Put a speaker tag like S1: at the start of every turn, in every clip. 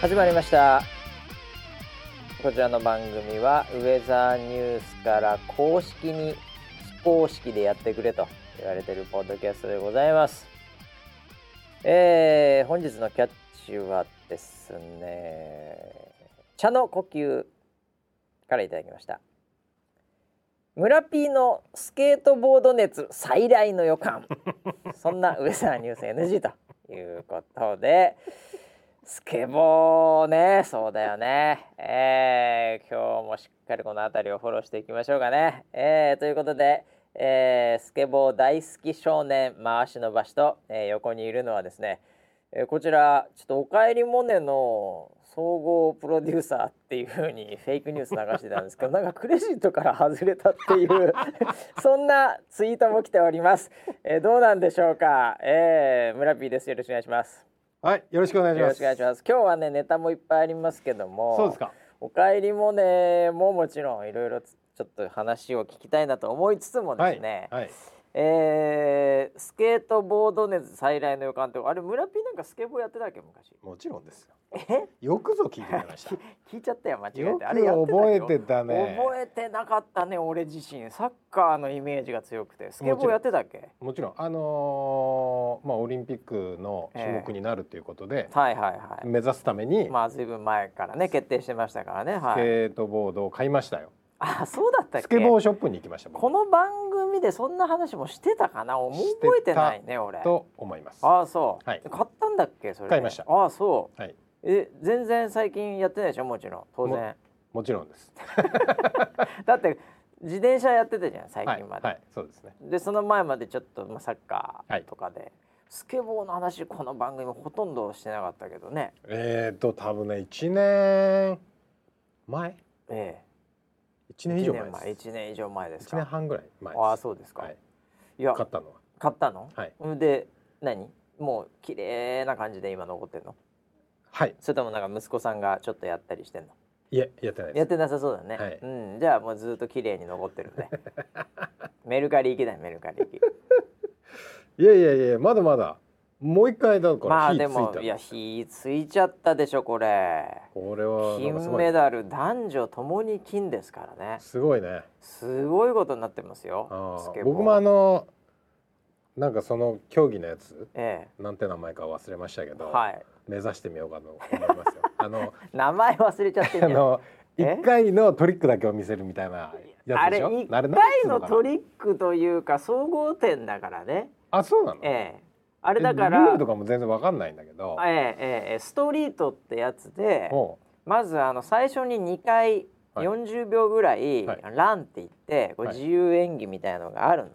S1: 始まりましたこちらの番組はウェザーニュースから公式に非公式でやってくれと言われてるポッドキャストでございますえー、本日のキャッチはですね茶の呼吸からいただきました村 P のスケートボード熱再来の予感そんなウェザーニュース NG ということでスケボーねそうだよねえー、今日もしっかりこの辺りをフォローしていきましょうかねえー、ということで、えー、スケボー大好き少年回しの場所と、えー横にいるのはですね、えーこちらちょっと「おかえりモネ」の総合プロデューサーっていう風に フェイクニュース流してたんですけどなんかクレジットから外れたっていう そんなツイートも来ております、えーどうなんでしょうか、えー、村 P ですよろしくお願いします
S2: はい、よろしくお願いし
S1: よ
S2: ま
S1: ろし
S2: す。
S1: くお願いします。今日はねネタもいっぱいありますけども、
S2: そうですか。
S1: おかえりもねももちろんいろいろつちょっと話を聞きたいなと思いつつも
S2: は
S1: です
S2: い、
S1: ね、
S2: はい。
S1: えースケートボード熱再来の予感ってあれ村ピーなんかスケボーやってたっけ昔
S2: もちろんですよ。よくぞ聞いてくれ ました。
S1: 聞いちゃったよ間違えて
S2: よく
S1: あれやってたっ
S2: 覚
S1: け
S2: えてたね。
S1: 覚えてなかったね俺自身サッカーのイメージが強くてスケボーやってたっけ
S2: もちろんあのーまあオリンピックの種目になるということで、
S1: はいはいはい、
S2: 目指すために
S1: まあずいぶん前からね決定してましたからね
S2: ス
S1: はい
S2: ケートボードを買いましたよ。
S1: あそうだったっけ
S2: スケボーショップに行きました。僕
S1: この番組でそんな話もしてたかなもう覚えてないね俺
S2: と思います。
S1: ああそう、
S2: はい
S1: 買ったんだっけそれで
S2: 買いました
S1: ああそ
S2: はい、
S1: うえ全然最近やってないでしょもちろん当然
S2: もちろんです。
S1: だって自転車やってたじゃん最
S2: はい、
S1: 近まで、
S2: はい、そうですね。
S1: でその前までちょっと、まあ、サッカーとかで、スケボーの話この番組ほとんどしてなかったけどね
S2: えっ、ー、と多分ね一年前、
S1: ええ
S2: 一年以上前です。
S1: 1年以上前です
S2: 一年
S1: か
S2: 半ぐらい前です。
S1: ああそうですか、
S2: はいい、、
S1: や
S2: 買ったのは。
S1: 買ったの、
S2: はい
S1: で何もう綺麗な感じで今残ってんの
S2: はい。
S1: それともなんか息子さんがちょっとやったりしてんの
S2: いえやってないです
S1: やっ。てなさそうだね、
S2: はい
S1: うんじゃあもうずっと綺麗に残ってるねメルカリ行きだよメルカリ行き
S2: いやいやいやまだまだもう一回だか
S1: ま
S2: ら
S1: あ
S2: 火つい
S1: で
S2: た
S1: も
S2: の
S1: いや火ついちゃったでしょこれ
S2: これはなんかす
S1: 金
S2: ごい
S1: メダル男女ともに金ですからね
S2: すごいね
S1: すごいことになってます
S2: あ
S1: よ
S2: ー
S1: スケボー
S2: 僕もあのなんかその競技のやつ
S1: え
S2: なんて名前か忘れましたけ
S1: え
S2: ど、
S1: はい
S2: 目指してみようかと思いますよ あの
S1: 名前忘れちゃって
S2: あ
S1: る
S2: の
S1: え
S2: 一回のトリックだけを見せるみたいな
S1: あ
S2: やつ
S1: れ
S2: でしょ
S1: 一
S2: あれ
S1: 回
S2: なんつう
S1: の
S2: かな
S1: トリックというか総合点だからね
S2: あそうなの、
S1: ええあれだか
S2: ルー
S1: ら
S2: ルとかも全然わかんないんだけど、
S1: ええええストリートってやつで
S2: も
S1: まずあの最初に2回
S2: はい
S1: 40秒ぐらい、
S2: はい
S1: ランって言ってこう
S2: はい
S1: 自由演技みたいのがあるの、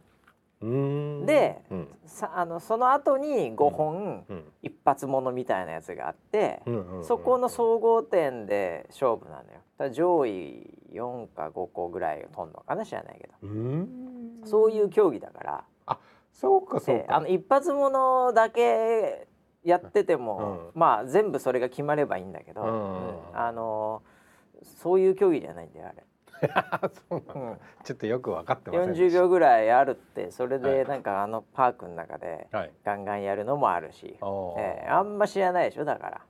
S2: ううーん
S1: で
S2: うん
S1: さあのその後に5本、
S2: うん
S1: 一発ものみたいなやつがあって、
S2: うんうんうん
S1: そこの総合点で勝負なのよ。だから上位4か5個ぐらい飛んのかな知らないけど、
S2: うーん
S1: そういう競技だから、
S2: そうかそう
S1: であ
S2: か
S1: の一発ものだけやってても、
S2: う
S1: まあ全部それが決まればいいんだけど、
S2: うん
S1: うんあのそういう競技じゃないんだよあれ。
S2: そうなんだ
S1: うん
S2: ちょっとよく分かってませんで
S1: 40
S2: した
S1: 秒ぐらいあるってそれ
S2: は
S1: で
S2: い
S1: なんかあのパークの中で
S2: はい。
S1: ガンガンやるのもあるし、
S2: おー
S1: ええあんま知らないでしょだから、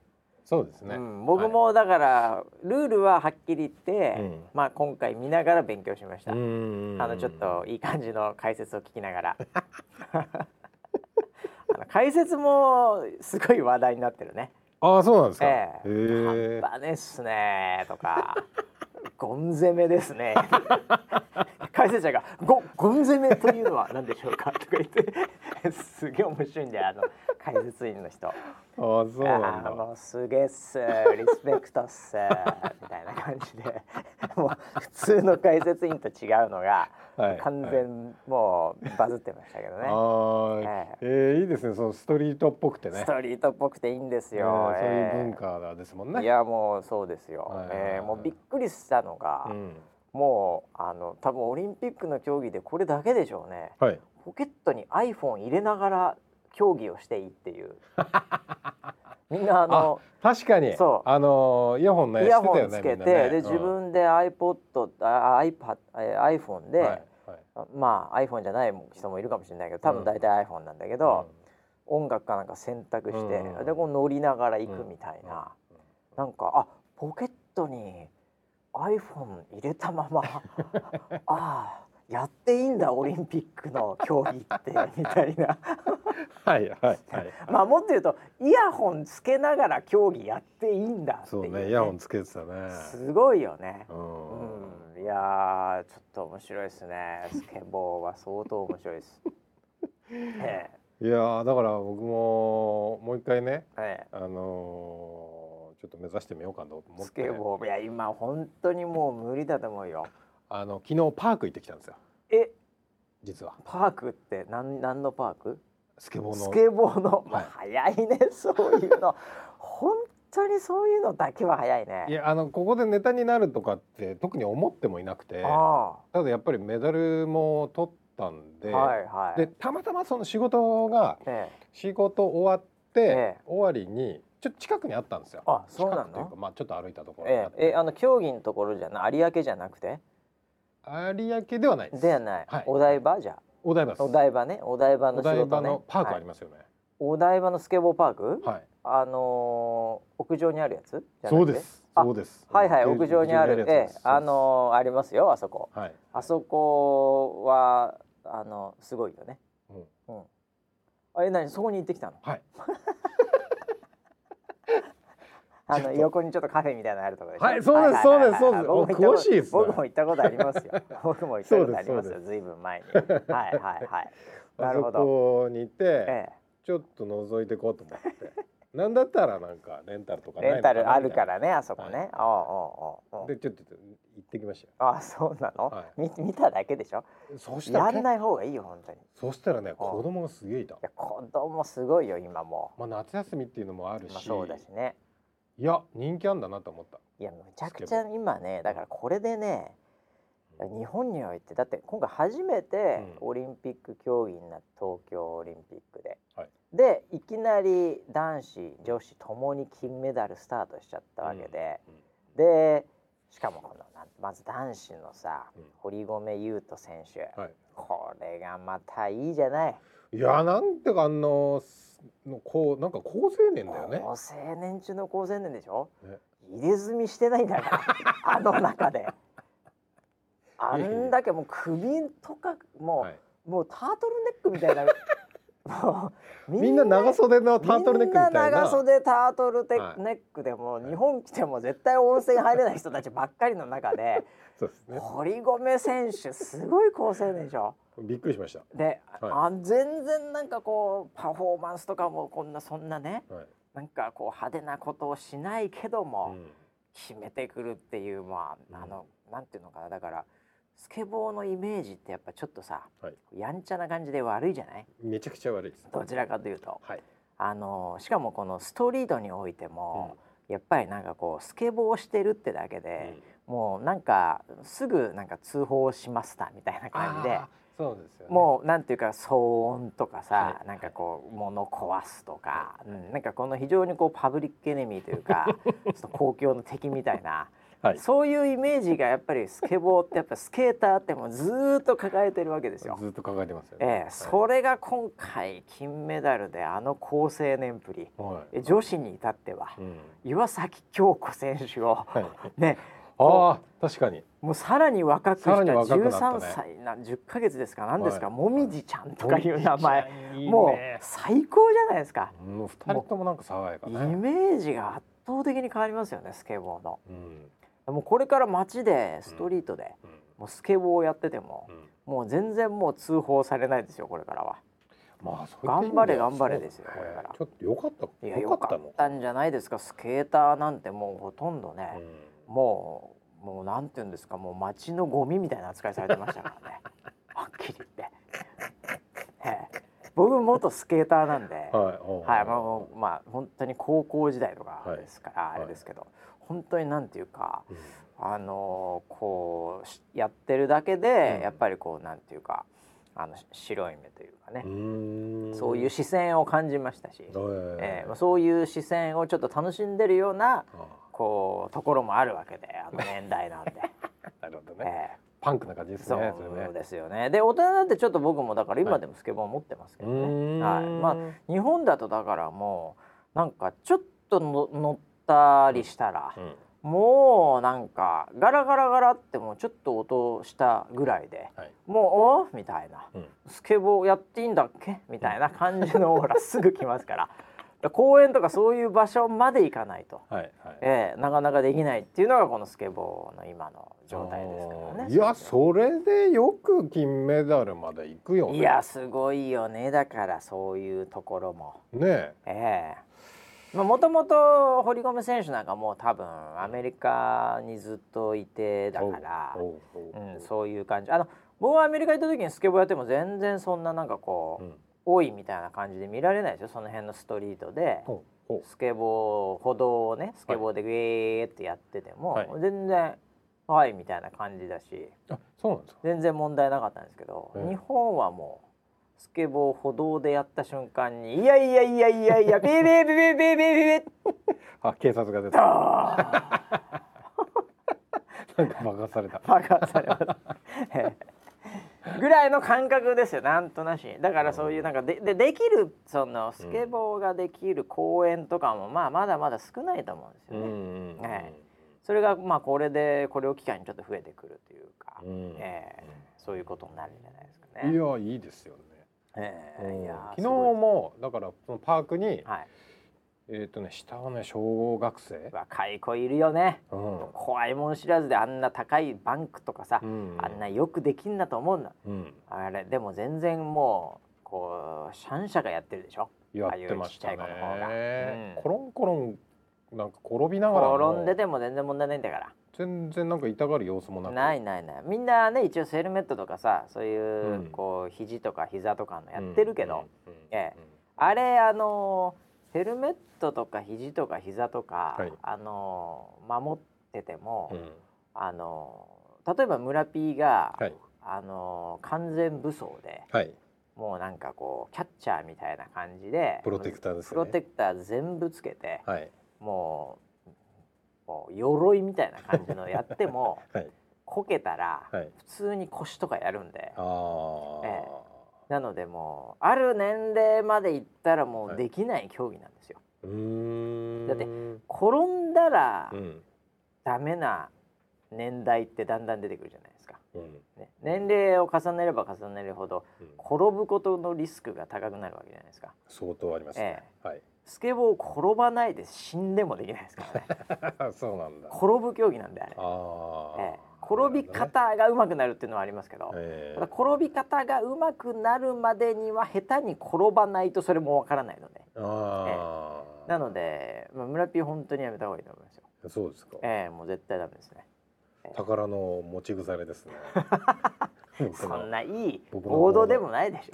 S2: そうですね。
S1: うん、僕もだからルールははっきり言って、
S2: うん
S1: まあ今回見ながら勉強しました、
S2: うーん
S1: あのちょっといい感じの解説を聞きながら あの解説もすごい話題になってるね
S2: ああそうなんですか。
S1: ええ
S2: へえ
S1: 半端ねっすね」とか 「ゴン攻めですね」 解説者が「ゴゴン攻めというのは何でしょうか?」とか言って すげえ面白いんだよあの解説員の人。
S2: ああそうなん
S1: あー
S2: だ。
S1: もうすげえっすリスペクトっ すみたいな感じでもう普通の解説員と違うのが、
S2: はい
S1: 完全もうバズってましたけどね。
S2: ああええいいですね。そのストリートっぽくてね
S1: ス。トリートっぽくていいんです
S2: ええ
S1: よ。
S2: そういう
S1: ええ
S2: 文化ですもんね。
S1: いやもうそうですよ、
S2: はいはいはい
S1: えーもうびっくりしたのが、
S2: うん。
S1: もうあの多分オリンピックの競技でこれだけでしょうね
S2: はい。
S1: ポケットに iPhone 入れながら競技をしていいって いうみんなあの
S2: 確かに。
S1: そう
S2: あのーイヤホンね。
S1: イヤホ
S2: して
S1: ン
S2: た
S1: つ
S2: よね
S1: けて、
S2: みんなね
S1: で自分で iPod あ iPad えー iPhone で、
S2: うんはいはい
S1: まあ iPhone じゃない人もいるかもしれないけど多分大体 iPhone なんだけど、音楽かなんか選択して、
S2: うんうんうん
S1: でこう乗りながら行くみたいな、なんかあポケットに iPhone 入れた ままああやっていいんだオリンピックの競技 ってみたいな
S2: はいはいはい
S1: まあもっと言うとイヤホンつけながら競技やっていいんだってい,、
S2: そううねイヤホンつけてたね
S1: すごいよね
S2: う。ん
S1: うん、いやーちょっと面白いですねスケボーは相当面白い です。え
S2: いやーだから僕ももう一回ね
S1: ええ
S2: あのーちょっと目指してみようかなと
S1: え、
S2: 思っ
S1: ス
S2: て
S1: ケボーいや今本当にもう無理だと思うよ。
S2: あの昨日パーク行ってきたんですよ
S1: え
S2: 実は
S1: パークってなんなんのパーク？
S2: スケボーの
S1: スケボーの、まあ早い ねそういうの。本当にそういうのだけは早いね。
S2: いやあのここでネタになるとかって特に思ってもいなくて
S1: あ
S2: ただやっぱりメダルも取ったん
S1: あ
S2: で、
S1: はいはい。
S2: でたまたまその仕事が
S1: え
S2: 仕事終わって、
S1: ええ
S2: 終わりにちょっと近くにあったんですよ。
S1: あそうなの
S2: 近くというかまあちょっと歩いたとこ
S1: え
S2: ろにあっ
S1: え
S2: て
S1: ええあの競技のところじゃな有明じゃなくて
S2: 有明ではないです。
S1: ではない、
S2: はい
S1: お台場じゃ
S2: お台場です。
S1: お台場ねお台場の
S2: お
S1: 仕事ね
S2: 台場のパークあ
S1: はい
S2: りますよね。
S1: お台場のスケボーパーク、
S2: はい。
S1: あのー屋上にあるやつじゃなくて
S2: そうです。
S1: あ
S2: そうです。
S1: はいはい屋上にある
S2: 屋上や
S1: え
S2: つで
S1: え
S2: す
S1: あのーありますよあそこ
S2: はい。
S1: あそこはあのすごいよね
S2: うん
S1: あえ何そこに行ってきたの
S2: はい。
S1: あ
S2: ちょ
S1: の
S2: っと
S1: 横にちょっとカフェみたいなのあるところ
S2: はいそうですそうですそうです
S1: 僕も行った
S2: お詳しいですね
S1: 僕も行ったことあり ますよ僕も行ったことあります
S2: そう
S1: よずいぶん前にはいはい はいなるほ
S2: あそ
S1: ど
S2: こにい
S1: え
S2: て
S1: え
S2: ちょっと覗いていこうと思って。なんだったらなんかレンタルとかない
S1: レ
S2: の
S1: ン
S2: か
S1: タ
S2: な
S1: ルあるか
S2: み
S1: らねあそこ
S2: は
S1: ね
S2: い
S1: ああああああ
S2: たいな。でちょっと行ってきましたよ。
S1: ああそうなの、
S2: はい
S1: み見ただけでしょ
S2: そしたら
S1: や
S2: 結
S1: んない方がいいよ本当にい
S2: そしたらね子供がすげえいた。
S1: や子供すごいよ今も
S2: まあ夏休みっていうのもあるし、
S1: まあ、そうだしね
S2: いや人気あんだなと思った。
S1: いやむちゃくちゃ今ねだからこれでね日本においてだって今回初めて
S2: うん
S1: オリンピック競技になった東京オリンピックで、
S2: はい
S1: でいきなり男子女子ともに金メダルスタートしちゃったわけで、でしかもこのなんまず男子のさ、
S2: うん
S1: 堀米雄斗選手、
S2: はい
S1: これがまたいいじゃない
S2: いやなんてかあのすのこうなんか高青年だよね。
S1: 高青年中の高青年でしょ、
S2: ね
S1: 入れ墨してないんだから あの中であんだけもう首とかもう、
S2: はい。
S1: もうタートルネックみたいな もう
S2: みんな長袖のタートルネックみたい
S1: みんな
S2: な。
S1: 長袖タートルテ
S2: はい
S1: ネックでも
S2: は
S1: う
S2: い
S1: 日本来ても絶対温泉入れない人たちばっかりの中で
S2: そうですね。
S1: 堀米選手すごい高青年でしょ
S2: びっくりしまし
S1: で、
S2: は
S1: あ全然なんかこうパフォーマンスとかもこんなそんなね
S2: た。はい。
S1: なんかこう派手なことをしないけど
S2: う
S1: も、
S2: ん
S1: 決めてくるっていうま
S2: うん
S1: ああの、なんていうのかなだからスケボーのイメージってやっぱちょっとさ、
S2: はい
S1: やんちゃな感じで悪いじゃない
S2: めちゃくちゃ悪いです。
S1: どちらかというと。
S2: はい。
S1: あのしかもこのストリートにおいても
S2: う、
S1: やっぱりなんかこうスケボーをしてるってだけ
S2: ん
S1: で、もうなんかすぐなんか通報しましたみたいな感じで。
S2: あーそうですよね。
S1: もうなんていうか騒音とかさ、
S2: はい
S1: なんかこう物壊すとか、うん、なんかこの非常にこうパブリックエネミーというかその公共の敵みたいな、
S2: はい
S1: そういうイメージがやっぱりスケボーってやっぱスケーターってもうずーっと抱えてるわけですよ。
S2: ずっと考えてますよね。
S1: ええ、それが今回金メダルであの高青年ぶり
S2: はい。
S1: え女子に至っては
S2: うん。
S1: 岩崎恭子選手を、
S2: はい。
S1: ね、
S2: ああ確かに。
S1: もうさらに若くした
S2: さらに若くなったね
S1: 13歳な10ヶ月ですか何ですか、
S2: はい
S1: もみじちゃんとかいう名前。
S2: いいね。
S1: もう最高じゃないですか、
S2: もう二人ともなんか爽やか
S1: イ
S2: ね。
S1: メージが圧倒的に変わりますよねスケボーの
S2: うん。
S1: もうこれから街でストリートで、
S2: うん
S1: もうスケボーをやってても
S2: う、ん。
S1: もう全然もう通報されないですよこれからは
S2: まあそういった意味で
S1: 頑
S2: は
S1: 張れ頑張れですよ
S2: そう
S1: これから
S2: ちょっと良かった
S1: いや
S2: 良
S1: よ
S2: かっ
S1: か
S2: たの
S1: ったんじゃないですかスケーターなんてもうほとんどね、
S2: うん
S1: もうもうなんていうんですかもう街のゴミみたいな扱いされてましたから ねはっきり言って、ええ、僕元スケーターなんで、
S2: はい
S1: はい、まあもう、まあ、本当に高校時代とか
S2: はい
S1: ですから、
S2: い
S1: あれですけど、本当になんていうか、
S2: うん
S1: あのーこうしやってるだけで、
S2: うん
S1: やっぱりこうなんていうかあのし白い目というかね
S2: う、ーん
S1: そういう視線を感じましたし、
S2: はい
S1: えーまあ、そういう視線をちょっと楽しんでるような
S2: あ
S1: こうところもあるわけであの年代 なんで、
S2: なるほど
S1: え
S2: ねパンクな感じで
S1: ー
S2: す
S1: そ
S2: ねそれ
S1: う
S2: ね
S1: ですよね。で大人になってちょっと僕もだから
S2: は
S1: 今
S2: い
S1: でもスケボー持ってますけ
S2: う
S1: どね。
S2: ーん
S1: はいまあ日本だとだからもうなんかちょっとの乗っったりしたら、
S2: うん
S1: もうなんかガラガラガラってもうちょっと音したぐらいで、
S2: はい
S1: もうおみたいな、
S2: うん
S1: スケボーやっていいんだっけみたいな感じのオーラすぐ来ますから だ公園とかそういう場所まで行かないと、
S2: はいはい。
S1: ええなかなかできないっていうのがこのスケボーの今の状態ですから
S2: あ
S1: ね。
S2: ーいやそれでよく金メダルまで行くよね。
S1: いやすごいよねだからそういうところも。
S2: ねえ。
S1: ええもともと堀米選手なんかもう多分アメリカにずっといてだから、
S2: おうおうお
S1: う、
S2: うん
S1: そういう感じあの僕はアメリカ行った時にスケボーやっても全然そんななんかこう、
S2: うん
S1: 多いみたいな感じで見られないですよその辺のストリートで。
S2: おうおう
S1: スケボー歩道をねスケボーでグエーってやってても、
S2: はい
S1: 全然「はい」みたいな感じだし
S2: あそうなんですか。
S1: 全然問題なかったんですけど、
S2: ええ
S1: 日本はもうスケボー歩道でやった瞬間に「いやいやいやいやいやビビビビビビビビ
S2: あ警察が
S1: ド
S2: 出た。
S1: ーン!
S2: なんか任さ れた」。
S1: 爆発されました。ええぐらいの感覚ですよなんとなしにだからそういうなんかででできるそのスケボーができる公園とかも、まあまだまだ少ないと思うんです
S2: うん
S1: よね。
S2: うんうん。
S1: はいそれがまあこれでこれを機会にちょっと増えてくるというか、
S2: うん
S1: ええそういうことになるんじゃないですか
S2: い
S1: ね。
S2: やいいですよね。
S1: ええ
S2: うん
S1: いや
S2: 昨日もだからそのパーク
S1: す
S2: に、
S1: ごいはい、
S2: えっ、とね下はね小学生、
S1: 若い子いるよね
S2: うん
S1: 怖いもの知らずであんな高いバンクとかさ、
S2: うん、
S1: あんなよくできんなと思うんだ
S2: うん、
S1: あれでも全然もうこうシャンシャがやってるでしょ
S2: やってましたね
S1: ああいうちっちゃい子の方がうん
S2: コロンコロンなんか転びながらも
S1: 転んでても全然問題ないんだから
S2: 全然なんか痛がる様子もなく
S1: ないないないみんなね一応ヘルメットとかさそういう、
S2: うん
S1: こう肘とか膝とかのやってるけど、、
S2: うんうんうん
S1: えあれあのヘルメットとか肘とか膝とか、
S2: はい
S1: あの守ってても、
S2: うん
S1: あの例えば村 P が、
S2: はい
S1: あの完全武装で
S2: はい
S1: もうなんかこうキャッチャーみたいな感じで
S2: プロテクターです
S1: プ
S2: よ
S1: ロ
S2: ね
S1: テクター全部つけて、
S2: はい
S1: もうもう鎧みたいな感じのやっても
S2: はい
S1: こけたら、
S2: はい
S1: 普通に腰とかやるんで
S2: ああ、
S1: えなのでもうある年齢までいったらも
S2: は
S1: う
S2: い
S1: できない競技なんですよ。
S2: うーん
S1: だって
S2: うん
S1: 転んだらダメな年代ってだんだん出てくるじゃないですか。
S2: うん
S1: ね、年齢を重ねれば重ねるほど
S2: うん
S1: 転ぶことのリスクが高くなるわけじゃないですか。
S2: 相当ありますね、はい
S1: スケボー転ばないで死んでもできないですからね。
S2: そうなんだ
S1: 転ぶ競技なんであれ。
S2: ああ、
S1: ええ転び方が上手くなるっていうのはありますけど、
S2: え
S1: た
S2: え
S1: だ転び方が上手くなるまでには下手に転ばないとそれもわからないので。
S2: ああ、
S1: なので、まあ、村ピー本当にやめた方がいいと思いますよ。
S2: そうですか、
S1: ええもう絶対ダメですね。
S2: 宝の持ち腐れ ですね僕
S1: そ
S2: の
S1: んないい
S2: 僕の
S1: ボードでもない でしょ。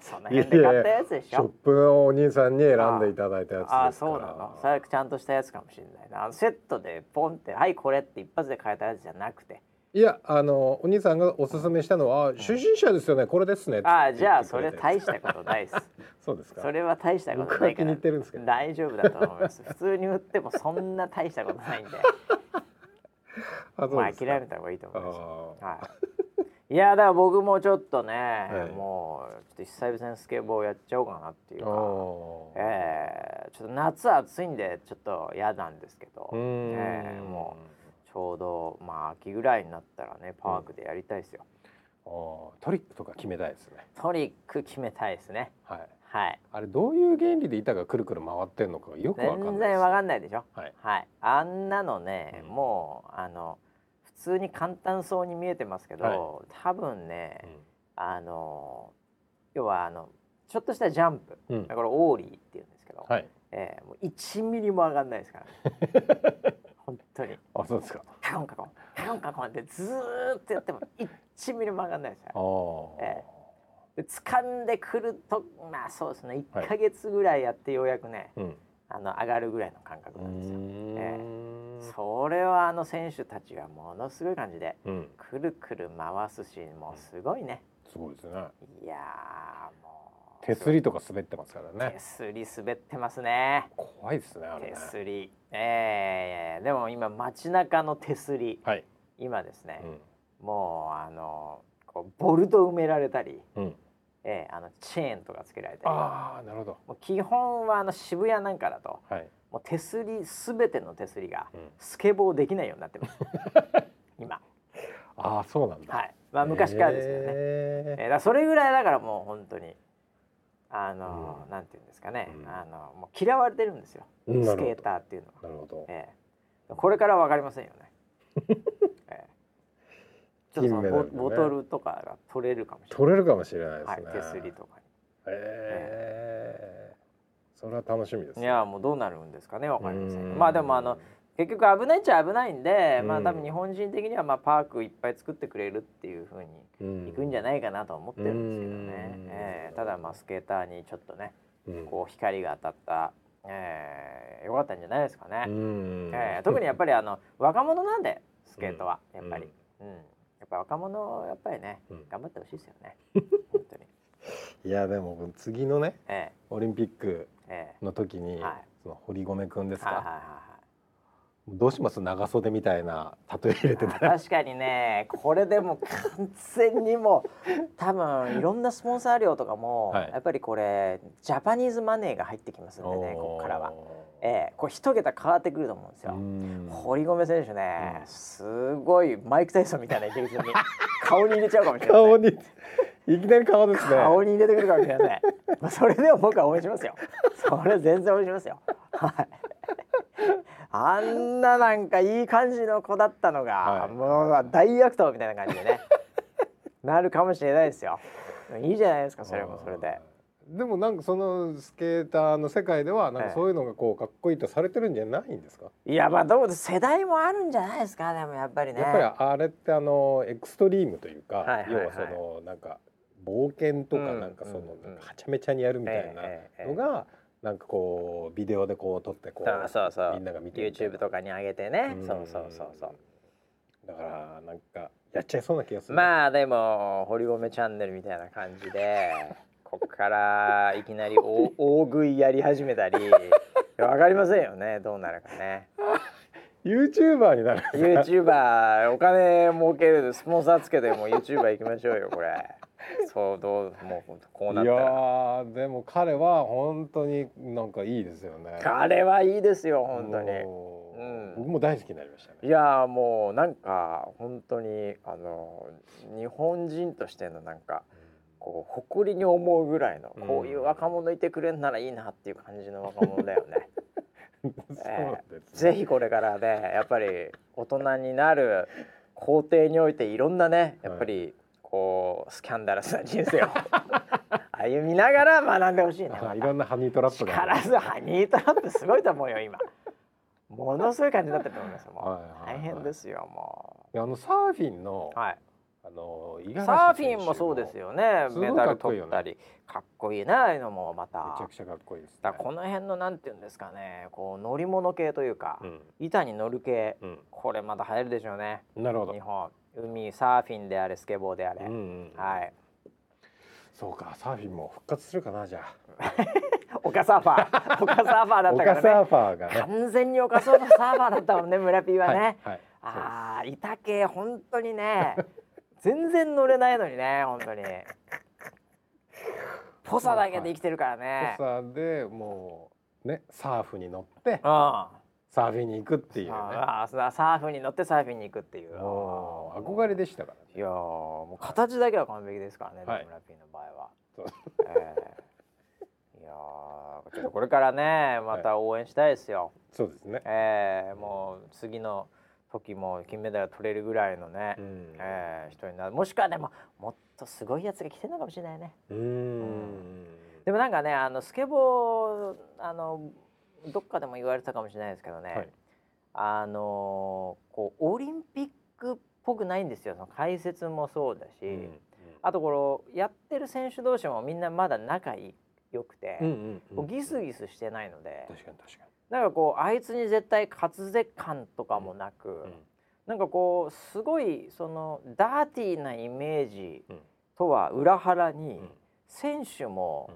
S1: そんな辺で買ったやつで
S2: シ
S1: し
S2: ョッ
S1: ょ。
S2: プのお兄さんに選んでいただいたやつですから
S1: ああそうなの。最悪ちゃんとしたやつかもしれないな。あのセットでポンってはいこれって一発で買えたやつじゃなくて、
S2: いやあのお兄さんがおすすめしたのは、初心者ですよねこれですねって言
S1: あ
S2: っ
S1: あ
S2: て
S1: じゃあそれ
S2: くて
S1: 大したことない です。
S2: そうですか
S1: それは大したこと
S2: 僕
S1: な
S2: はい気
S1: か
S2: に入
S1: ら
S2: ってるんですけど
S1: 大丈夫だと思います。普通に売ってもそんな大したことないんで、
S2: あ
S1: もう諦め
S2: た
S1: た方がいいと
S2: あ
S1: 思います。
S2: ー
S1: はい。いやだから僕もちょっとね、
S2: い
S1: もうちょっと久々にスケボーやっちゃおうかなっていう
S2: あ
S1: か、
S2: ー
S1: えーちょっと夏暑いんでちょっと嫌なんですけど、
S2: うーん
S1: えーもうちょうどまあ秋ぐらいになったらねパークでやりたいですよ。
S2: あートリックとか決めたいですね
S1: トリック決めたいですね。
S2: はい
S1: はい。
S2: あれどういう原理で板がくるくる回ってんのかがよくわかんない
S1: 全然わかんないでしょ。
S2: はい
S1: はい。あんなのね、
S2: うん
S1: もうあの普通に簡単そうに見えてますけど、
S2: はい
S1: 多分ね、
S2: ん
S1: あの要はあのちょっとしたジャンプ、
S2: うん
S1: これオーリーっていうんですけど、
S2: はい
S1: えーもう1ミリも上がんないですからね 本当に
S2: あそうですか
S1: カコンカコンカコンカコンってずーっとやっても1ミリも上がんないですか
S2: あ
S1: ら
S2: あ、
S1: えで掴んでくるとまあそうですね
S2: はい
S1: 1か月ぐらいやってようやくね、
S2: うん
S1: あの上がるぐらいの感覚
S2: う
S1: なんですよ。
S2: ーん
S1: えそれはあの選手たちがものすごい感じで
S2: うん
S1: くるくる回すしもうすごいね。
S2: すごいですね
S1: いやーもう
S2: 手すりとか滑ってますから
S1: 手
S2: ね
S1: すり滑ってますね。
S2: 怖いですねあれね
S1: 手すり、えー、でも今街中の手すり
S2: はい、
S1: 今ですね
S2: う、ん
S1: もうあのこうボルト埋められたり、
S2: うん、
S1: えー、あのチェーンとかつけられたり
S2: ああなるほど
S1: もう基本はあの渋谷なんかだと
S2: はい
S1: もう手すりすべての手すりが
S2: うん
S1: スケボーできないようになって ます今
S2: ああそうなんだ。
S1: はいまあ昔からですけどね、えー
S2: ね。
S1: だからそれぐらいだからもう本当にあの、
S2: うん
S1: なんていうんですかね、
S2: うん
S1: あのもう嫌われてるんですよ、
S2: うん
S1: ス
S2: なるほど
S1: ケーターっていうのは、
S2: なるほど。
S1: ええこれからわかりませんよね、 ええちょっとその
S2: 金メダルだね
S1: ボボトルとかが取れるかもしれない
S2: 取れるかもしれないですね。
S1: はい、手すりとか
S2: ええそれは楽しみです
S1: に
S2: ね。
S1: いやもうどうなるんですかねわかりませんけ
S2: う
S1: ど
S2: ん
S1: まあでもあの結局危ないっちゃ危ないんで、まあ
S2: うん
S1: 多分日本人的にはまあパークいっぱい作ってくれるっていう風
S2: う
S1: に
S2: ん
S1: いくんじゃないかなとは思ってるんですけどね
S2: うん、
S1: ええただまあスケーターにちょっとね
S2: うん
S1: こう光が当たった、ええよかったんじゃないですかね、
S2: うん
S1: ええ特にやっぱりあの若者なんでスケートはやっぱり、うんやっぱ若者やっぱりね
S2: うん
S1: 頑張ってほしいですよね本当に
S2: いやでも次のね
S1: ええ
S2: オリンピック
S1: ええ
S2: の時に、
S1: はい
S2: その堀米くんですか、
S1: はいはいはいはい
S2: どうします長袖みたいな例え入れてた
S1: あ
S2: ら
S1: 確かにねこれでも完全にもう多分いろんなスポンサー料とかも、
S2: はい
S1: やっぱりこれジャパニーズマネーが入ってきますんでねここからは、ええこれ一桁変わってくると思うんですよ。
S2: うん
S1: 堀米選手ね、
S2: うん
S1: すごいマイク・タイソンみたいなイケメン に顔に入れちゃうかもしれない
S2: 顔にいきなり顔ですね
S1: 顔に入れてくるかもしれない。まあそれでも僕は応援しますよ。それ全然応援しますよ。はい。あんななんかいい感じの子だったのが、
S2: はい
S1: もう大悪党みたいな感じでね、なるかもしれないですよ。いいじゃないですか、それもそれで。
S2: でもなんかそのスケーターの世界ではなん
S1: え
S2: か
S1: え
S2: そういうのがこうかっこいいとされてるんじゃないんですか、
S1: いや、まあ、どう世代もあるんじゃないですか、でもやっぱりね。
S2: やっぱりあれってあのエクストリームというか、
S1: はいはいはい
S2: 要はそのなんか冒険とか
S1: うん
S2: なんかその
S1: うんうん
S2: はちゃめちゃにやるみたい
S1: ええええ
S2: なのがなんかこうビデオでこう撮ってこ
S1: そうそうそう
S2: みんなが見てみたいな
S1: YouTube とかに上げてね。
S2: ん
S1: そうそうそうそう。
S2: だからなんかやっちゃいそうな気がするあ
S1: まあでも堀米チャンネルみたいな感じで こっからいきなり大大食いやり始めたりいやわかりませんよねどうなるかね
S2: YouTuber になる
S1: YouTuber お金儲けるスポンサーつけてもう YouTuber 行きましょうよこれそうどうもうこうなっ
S2: い
S1: た
S2: や
S1: ら
S2: ーでも彼は本当になんかいいですよね
S1: 彼はいいですよ本当に
S2: もう
S1: うん
S2: 僕も大好きになりましたね
S1: いやーもうなんか本当にあの日本人としてのなんかこう誇りに思うぐらいの
S2: うん
S1: こういう若者いてくれんならいいなっていう感じの若者だよ ね。
S2: そうなんですね、
S1: ぜひこれからねやっぱり大人になる工程においていろんなねやっぱりこうスキャンダラスな人生を 歩みながら学んでほしいね。
S2: あいろんなハニートラップがあ
S1: 力
S2: る
S1: ずハニートラップすごいと思うよ今。ものすごい感じになってると思いますよもう
S2: はいはいは
S1: 大
S2: い
S1: 変ですよも
S2: いやあのサーフィンの、
S1: う。はい。
S2: あの五十嵐
S1: サーフ
S2: 選手
S1: ィンもそうですよね
S2: すごい
S1: メダル
S2: かっこい
S1: 取
S2: いよ
S1: っ
S2: ね
S1: たりかっこいいねああいうのもま
S2: めち
S1: た
S2: ゃくちゃかっこいいです、ね、
S1: だからこの辺のなんていうんですかねこう乗り物系というか、
S2: うん
S1: 板に乗る系
S2: う
S1: これまた流行るでしょうね
S2: ん、なるほど
S1: 日、本海サーフィンであれスケボーであれ、
S2: うんうん、
S1: はい
S2: そうかサーフィンも復活するかなじゃあ
S1: 岡サーファ ー岡サーファーだっ
S2: オ
S1: た
S2: カ
S1: か
S2: サ
S1: ら
S2: ー
S1: ね
S2: ファーがね
S1: 完全に岡サーファーだったもんね村ピーはね、
S2: はい、はい、
S1: ああ板系本当にね全然乗れないのにね本当にポサだけで生きてるからね、
S2: そうです朝でもうねサーフに乗って
S1: うん
S2: サーフィンに行くっていうね
S1: ああさサーフに乗ってサーフィンに行くっていう
S2: もう憧れでしたからね
S1: いやーもう形だけは完璧ですからね、
S2: はい
S1: でもラピーの場合は
S2: そう。
S1: えーいやーちょっとこれからねまた応援したいですよ。
S2: そうですね、
S1: えーもう次の時も金メダル取れるぐらいのね、
S2: うん
S1: えー人になるもしくはでももっとすごいやつが来てるのかもしれないね。
S2: うーん
S1: でもなんかねあのスケボーあのどっかでも言われてたかもしれないですけどね、
S2: はい
S1: あのーこうオリンピックっぽくないんですよその解説もそうだし、
S2: うん
S1: あとこのやってる選手同士もみんなまだ仲良くて、
S2: うんうんうん
S1: こうギスギスしてないので
S2: 確かに確か
S1: なんかこうあいつに絶対滑舌感とかもなく、
S2: に、
S1: なんかこうすごいそのダーティーなイメージ
S2: うん
S1: とは裏腹に、
S2: うん
S1: 選手も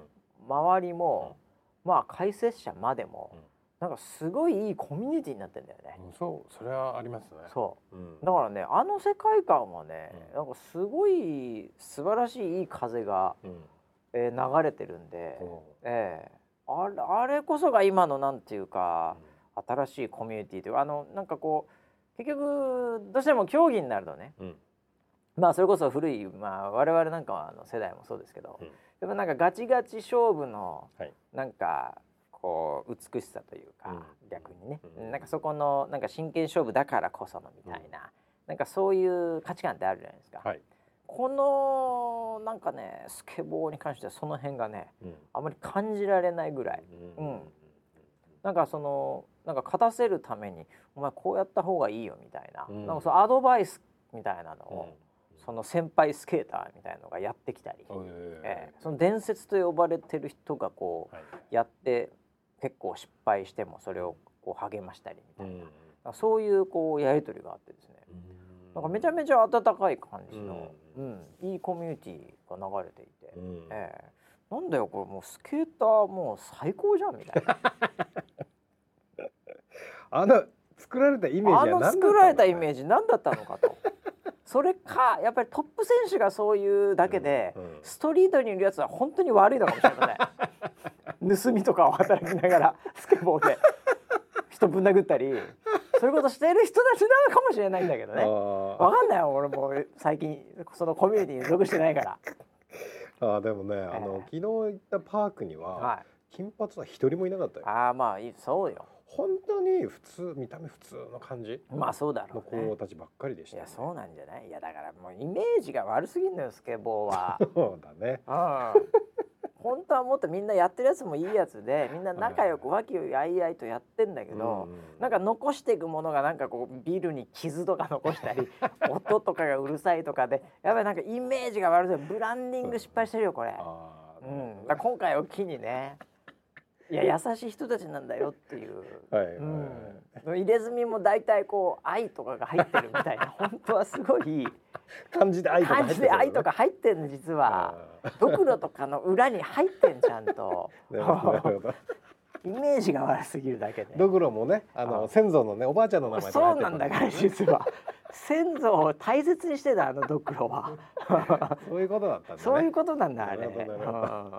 S1: 周りも、まあ解説者までも、
S2: うん
S1: なんかすごいいいコミュニティになってんだよね。
S2: うん、そうそれはありますね、
S1: そう
S2: ん
S1: うだからねあの世界観はね、
S2: うん
S1: なんかすごい素晴らしいいい風が、
S2: うん
S1: えー流れてるんで、
S2: こ
S1: ええあれあれこそが今のなんていうか新しいコミュニティというかあのなんかこう結局どうしても競技になるとね
S2: うん
S1: まあそれこそ古い、まあ、我々なんかはあの世代もそうですけど、
S2: うん
S1: やっぱなんかガチガチ勝負の
S2: はい
S1: なんかこう美しさというか、
S2: うん
S1: 逆にね、
S2: うん
S1: なんかそこのなんか真剣勝負だからこそのみたいな、なんかそういう価値観ってあるじゃないですか。
S2: はい、
S1: このなんかねスケボーに関してはその辺がね
S2: うん
S1: あまり感じられないぐらい
S2: うん
S1: うんなんかそのなんか勝たせるためにお前こうやった方がいいよみたいな,、
S2: うん
S1: なんかそのアドバイスみたいなの
S2: うん
S1: を、その先輩スケーターみたいなのがやってきたり、
S2: うん
S1: え
S2: え
S1: ーその伝説と呼ばれてる人がこ
S2: えはいう
S1: やって結構失敗してもそれをこう励ましたりみた
S2: う
S1: いな,、
S2: ん
S1: そういうこうやり取りがあってですねなんかめちゃめちゃ温かい感じの、う
S2: うん
S1: いいコミュニティが流れていて、
S2: うん
S1: ええなんだよこれもうスケーターもう最高じゃんみたいな
S2: あの作られ たイメージは
S1: あ
S2: 何だっ
S1: の
S2: たんだろうね
S1: 作られたイメージ何だったのかとそれかやっぱりトップ選手がそういうだけで、
S2: うんうん
S1: ストリートにいるやつは本当に悪いのかもしれない ね盗みとかを働きながらスケボーで人ぶん殴ったりそういうことしてる人たちなのかもしれないんだけどね
S2: あー
S1: わかんないよ俺もう最近そのコミュニティに属してないから。
S2: あーでもねあの
S1: ええ
S2: 昨日行ったパークには
S1: は
S2: 金髪は一人もいなかった
S1: い、
S2: よ
S1: ああまあいいそうよ
S2: 本当に普通見た目普通の感じ
S1: まあそうだ
S2: の
S1: ろう、ね
S2: 子、たちばっかりでし
S1: い
S2: たよ
S1: や
S2: ね
S1: そうなんじゃないいやだからもうイメージが悪すぎんのよスケボー は
S2: そうだね
S1: うん本当はもっとみんなやってるやつもいいやつでみんな仲良く和気あいあいとやってんだけど、なんか残していくものがなんかこうビルに傷とか残した り音とかがうるさいとかでやばいなんかイメージが悪すぎるブランディング失敗してるよこれ、
S2: あ
S1: う
S2: ー
S1: ん、だから今回を機にねいや優しい人たちなんだよっていう
S2: はいはい
S1: うん、入れ墨も大体こう愛とかが入ってるみた いな本当はすごい
S2: 感じで愛とか入
S1: 感
S2: っ
S1: じ
S2: てた
S1: で
S2: よね
S1: 愛とか入ってんの実は
S2: あ
S1: ドクロとかの裏に入ってんちゃんと
S2: ーなるほどなるほど
S1: イメージが悪すぎるだけで
S2: ドクロもねあの
S1: あー
S2: 先祖のねおばあちゃんの名前とか
S1: そ
S2: 入
S1: う
S2: って
S1: な
S2: る
S1: ん
S2: も
S1: だ
S2: ね
S1: から実は先祖を大切にしてたあのドクロは
S2: そういうことだったんだね
S1: そういうことなんだあれ、
S2: なるほどなる
S1: うん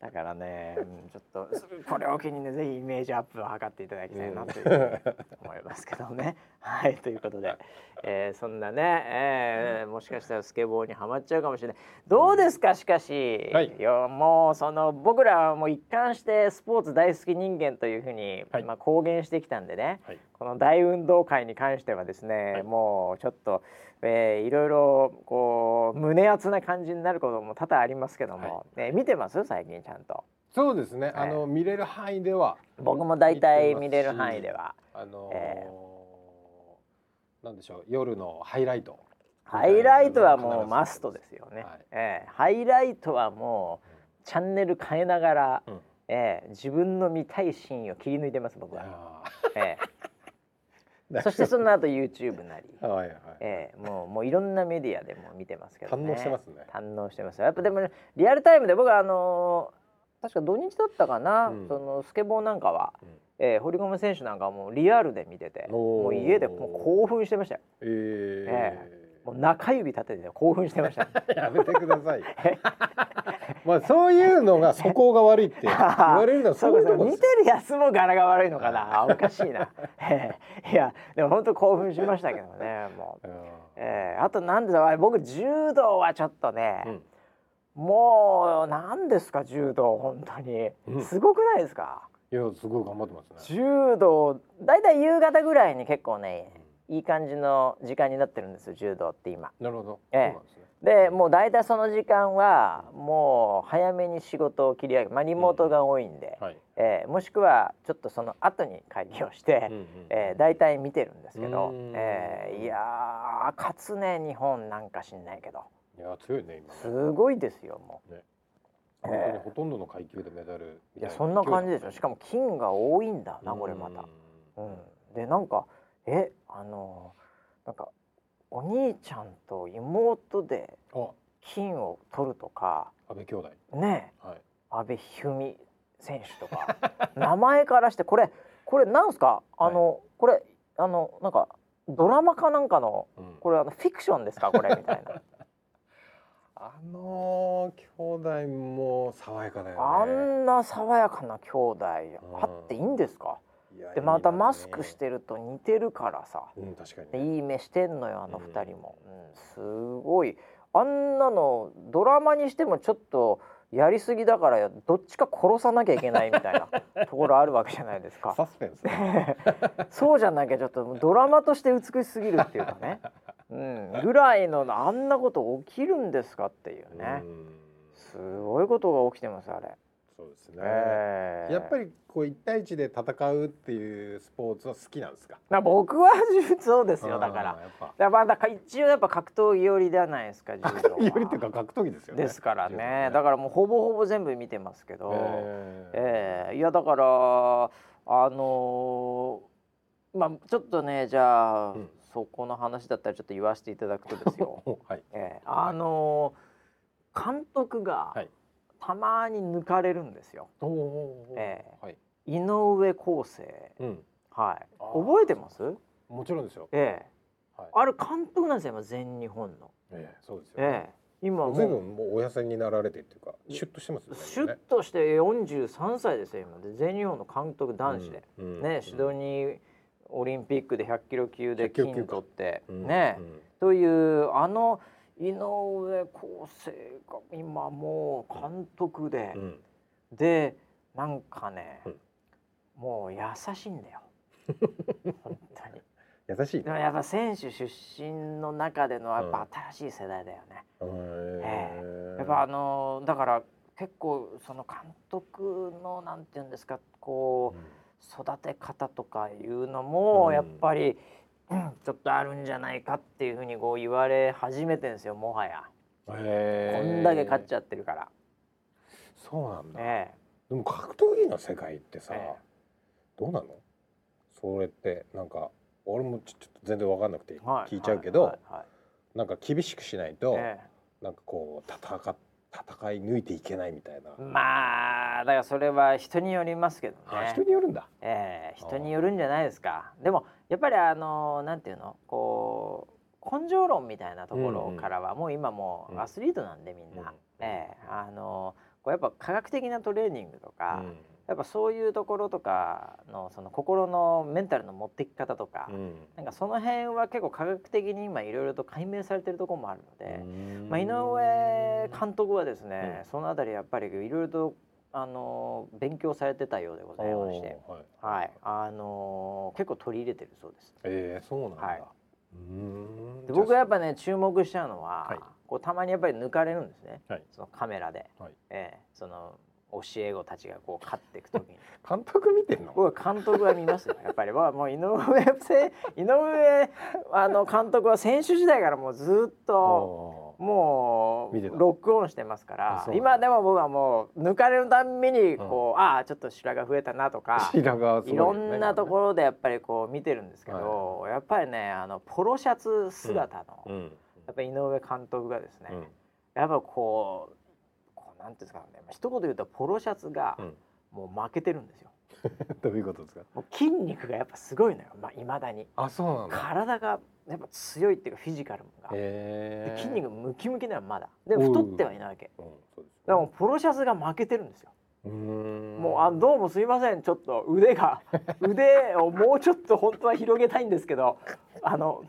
S1: だからね、うんちょっとこれを機にねぜひイメージアップを図っていただきたいなというふうに思いますけどね。 はいということで、えーそんなね、えーもしかしたらスケボーにはまっちゃうかもしれないどうですかしかし、
S2: はい
S1: よもうその僕らはもう一貫してスポーツ大好き人間というふうに、
S2: はい
S1: まあ、公言してきたんでね、
S2: はい
S1: この大運動会に関してはですね、
S2: はい
S1: もうちょっと、えーいろいろこう胸熱な感じになることも多々ありますけども、えー見てます最近ちゃんと。
S2: そうですねあの見れる範囲では
S1: 僕も大体見れる
S2: 見てますし
S1: 範囲では
S2: あの
S1: え
S2: ーなんでしょう夜のハイライト
S1: ハイライトはもうマストですよね。
S2: はい
S1: ええハイライトはもうチャンネル変えながら、
S2: うん
S1: ええ自分の見たいシーンを切り抜いてます僕は。
S2: あ
S1: ええ
S2: ー
S1: そしてその後 YouTube なり、
S2: はいはい
S1: ええもうもういろんなメディアでもう見てますけど
S2: 堪
S1: ね。
S2: 能してますね
S1: 堪能してます。やっぱでもね、リアルタイムで僕はあのー確か土日だったかな、
S2: うん
S1: そのスケボーなんかは、
S2: うん
S1: ええ堀米選手なんかはもうリアルで見てて、
S2: おー
S1: もう家でもう興奮してましたよ。
S2: えー
S1: もう中指立てて興奮してましたね。
S2: やめてくだ さいよまあそういうのが素行 が悪いって言われるのは
S1: そ
S2: そう
S1: う
S2: いう
S1: か
S2: と
S1: そう
S2: こ
S1: 見
S2: です
S1: てるやつも柄が悪いのか なおかしいな、 ええいやでも本当興奮しましたけどねもう、
S2: よ
S1: ええあとなんでだろう僕柔道はちょっとね、
S2: うん
S1: もう何ですか柔道本当に、
S2: うん
S1: すごくないですか
S2: いやすごい頑張ってますね
S1: 柔道だいたい夕方ぐらいに結構ねいい感じの時間になってるんですよ柔道って今。
S2: なるほど、
S1: ええ
S2: そうなんですね
S1: でもう大体その時間はもう早めに仕事を切り上げまあリモートが多いんで、
S2: はい、
S1: えーもしくはちょっとその後に会議をして、
S2: うんうん
S1: えー、大体見てるんですけど
S2: うー、ん
S1: えーいやー勝つね日本なんか知んないけど
S2: いや強いね今ね
S1: すごいですよもう、
S2: ね
S1: え
S2: 本当にほとんどの階級でメダル
S1: ー
S2: み
S1: い
S2: た
S1: や
S2: い
S1: そんな感じでしょしか
S2: も
S1: も金が多いんだなこれまた、うんでなんかえあのーなんかお兄ちゃんと妹で
S2: あ
S1: 金を取るとか
S2: 安倍兄弟
S1: ねえ
S2: はい
S1: 阿部一二三選手とか 名前からしてこれこれなんすかあの、これあのなんかドラマかなんかの
S2: う ん
S1: これあのフィクションですかこれみたいな
S2: あの兄弟も爽やかだ
S1: あ
S2: よね。
S1: んな爽やかな兄弟あっていいんですか、
S2: いや
S1: でまたマスクし。てると似てるからさ
S2: いいねうん確かに
S1: で
S2: ね。
S1: いい目してんのよあの二人も、うんすごいあんなのドラマにしてもちょっとやりすぎだからどっちか殺さなきゃいけないみたいなところあるわけじゃないです か
S2: サスペンスね。
S1: そうじゃなきゃちょっともうドラマとして美しすぎるっていうかね、うん、ぐらいのあんなこと起きるんですかっていうね、
S2: うん
S1: すごいことが起きてますあれ。
S2: そうですね。
S1: ええ
S2: やっぱりこう一対一で戦うっていうスポーツは好きなんですか。
S1: まあ僕はそうですよだか
S2: あ
S1: ら。
S2: ーやっぱ。
S1: だからだから一応やっぱ格闘技寄りじゃないですか柔道は。
S2: よりっていうか格闘技ですよね。
S1: ですからね
S2: 柔道は
S1: だからもうほぼほぼ全部見てますけど、
S2: え
S1: ええいやだからあのーまあちょっとねじゃあ、
S2: うん。
S1: そこの話だったらちょっと言わせていただくとですよ
S2: おはい。
S1: ええあのー監督が
S2: はい
S1: たまに抜かれるんですよ。
S2: おーおーおー
S1: ええ
S2: はい。
S1: 井上康生、
S2: うん。
S1: はい、
S2: あー
S1: 覚えてます？
S2: もちろんですよ。
S1: ええ
S2: はい。
S1: あれ監督なんですよ、今全日本の。
S2: ええそうですよ。
S1: ええ、今
S2: もう随
S1: も
S2: 分もうお痩せになられてっていうかシュッとしてますよ
S1: う
S2: ね。
S1: シュッとして43歳ですよ今で全日本の監督男子で、
S2: うん、うん
S1: ねシドニーオリンピックで100キロ級で
S2: 100キロ級
S1: 金
S2: か
S1: 取って、
S2: うん
S1: ね、
S2: うん
S1: というあの井上康生が今もう監督で、
S2: うん
S1: でなんかね、
S2: うん
S1: もう優しいんだよ本当 に
S2: 優しい
S1: でも
S2: ね。
S1: やっぱ選手出身の中でのやっぱ新しい世代だよね、やっぱあ
S2: ぱ
S1: のだから結構その監督のなんていうんですかこう育て方とかいうの
S2: う
S1: も
S2: ん
S1: やっぱり、うんちょっとあるんじゃないかっていうふうにこう言われ始めてんですよもはや、
S2: こ
S1: こんだけ勝っち
S2: ゃ
S1: ゃってるから、
S2: そうなんだ。
S1: え
S2: でも格闘技の世界ってさ、
S1: ええ
S2: どうなの？それってなんか俺もちょちょっと全然わかんなくて
S1: えはい
S2: 聞いちゃうけど、
S1: はいはい
S2: なんか厳しくしないと、
S1: はいえ
S2: なんかこう戦っ戦い抜いていけないみたいな。
S1: えまあだからそれは人によりますけどね
S2: あ人によるんだ。
S1: ええ
S2: あー
S1: 人によるんじゃないですかでもやっぱりあのなんていうのこう根性論みたいなところからはもう今も
S2: うん
S1: うアスリートなんでみんな、
S2: うん
S1: ええあのこうやっぱ科学的なトレーニングとか、
S2: うん
S1: やっぱそういうところとかのその心のメンタルの持ってき方とか、なんかその辺は結構科学的に今いろいろと解明されてるところもあるので。まあ、井上監督はですね、そのあたりやっぱりいろいろとあの勉強されてたようでございまして、
S2: おーはい
S1: はい、あのー結構取り入れてるそうです。
S2: ええそうなんだ。
S1: はいう
S2: ーん
S1: で僕はやっ
S2: ぱ
S1: ぱね注目しちゃうのは、
S2: はい
S1: こうたまにやっぱり抜かれるんですね。
S2: はい
S1: そのカメラで、
S2: はい
S1: ええその教え子たちがこう勝っていくときに、
S2: 監督見てんの？
S1: 僕は監督は見ますよ。 やっぱり僕はもう井上せ井上あの監督は選手時代からもうずっと。
S2: おー
S1: も
S2: 見てた
S1: うロックオンしてますか
S2: あ
S1: ら
S2: そう
S1: 今でも僕はもう抜かれるたんびにこう、ああちょっと白髪増えたなと か
S2: 白髪
S1: い
S2: すごいよ
S1: ろ
S2: ね
S1: んなところでやっぱりこう見てるんですけど、やっぱりねあのポロシャツ姿の、
S2: うん。うん
S1: やっぱり井上監督がですね、やっぱこうこうなんていうんですかねまあ一言で言うとポロシャツが
S2: うん
S1: もう負けてるんですよ。
S2: どういうことですか？
S1: もう筋肉がやっぱすごいのよまあ、未だに
S2: あそうなんだ。
S1: 体がやっぱ強いっていうかフィジカルが、
S2: え
S1: で
S2: え
S1: 筋肉ムキムキなのまだで
S2: おう
S1: 太ってはいないわけ
S2: うんそうです。
S1: でもうポロシャツが負けてるんですよ
S2: うーん。
S1: もうあどうもすいませんちょっと腕 が腕をもうちょっと本当は広げたいんですけどあの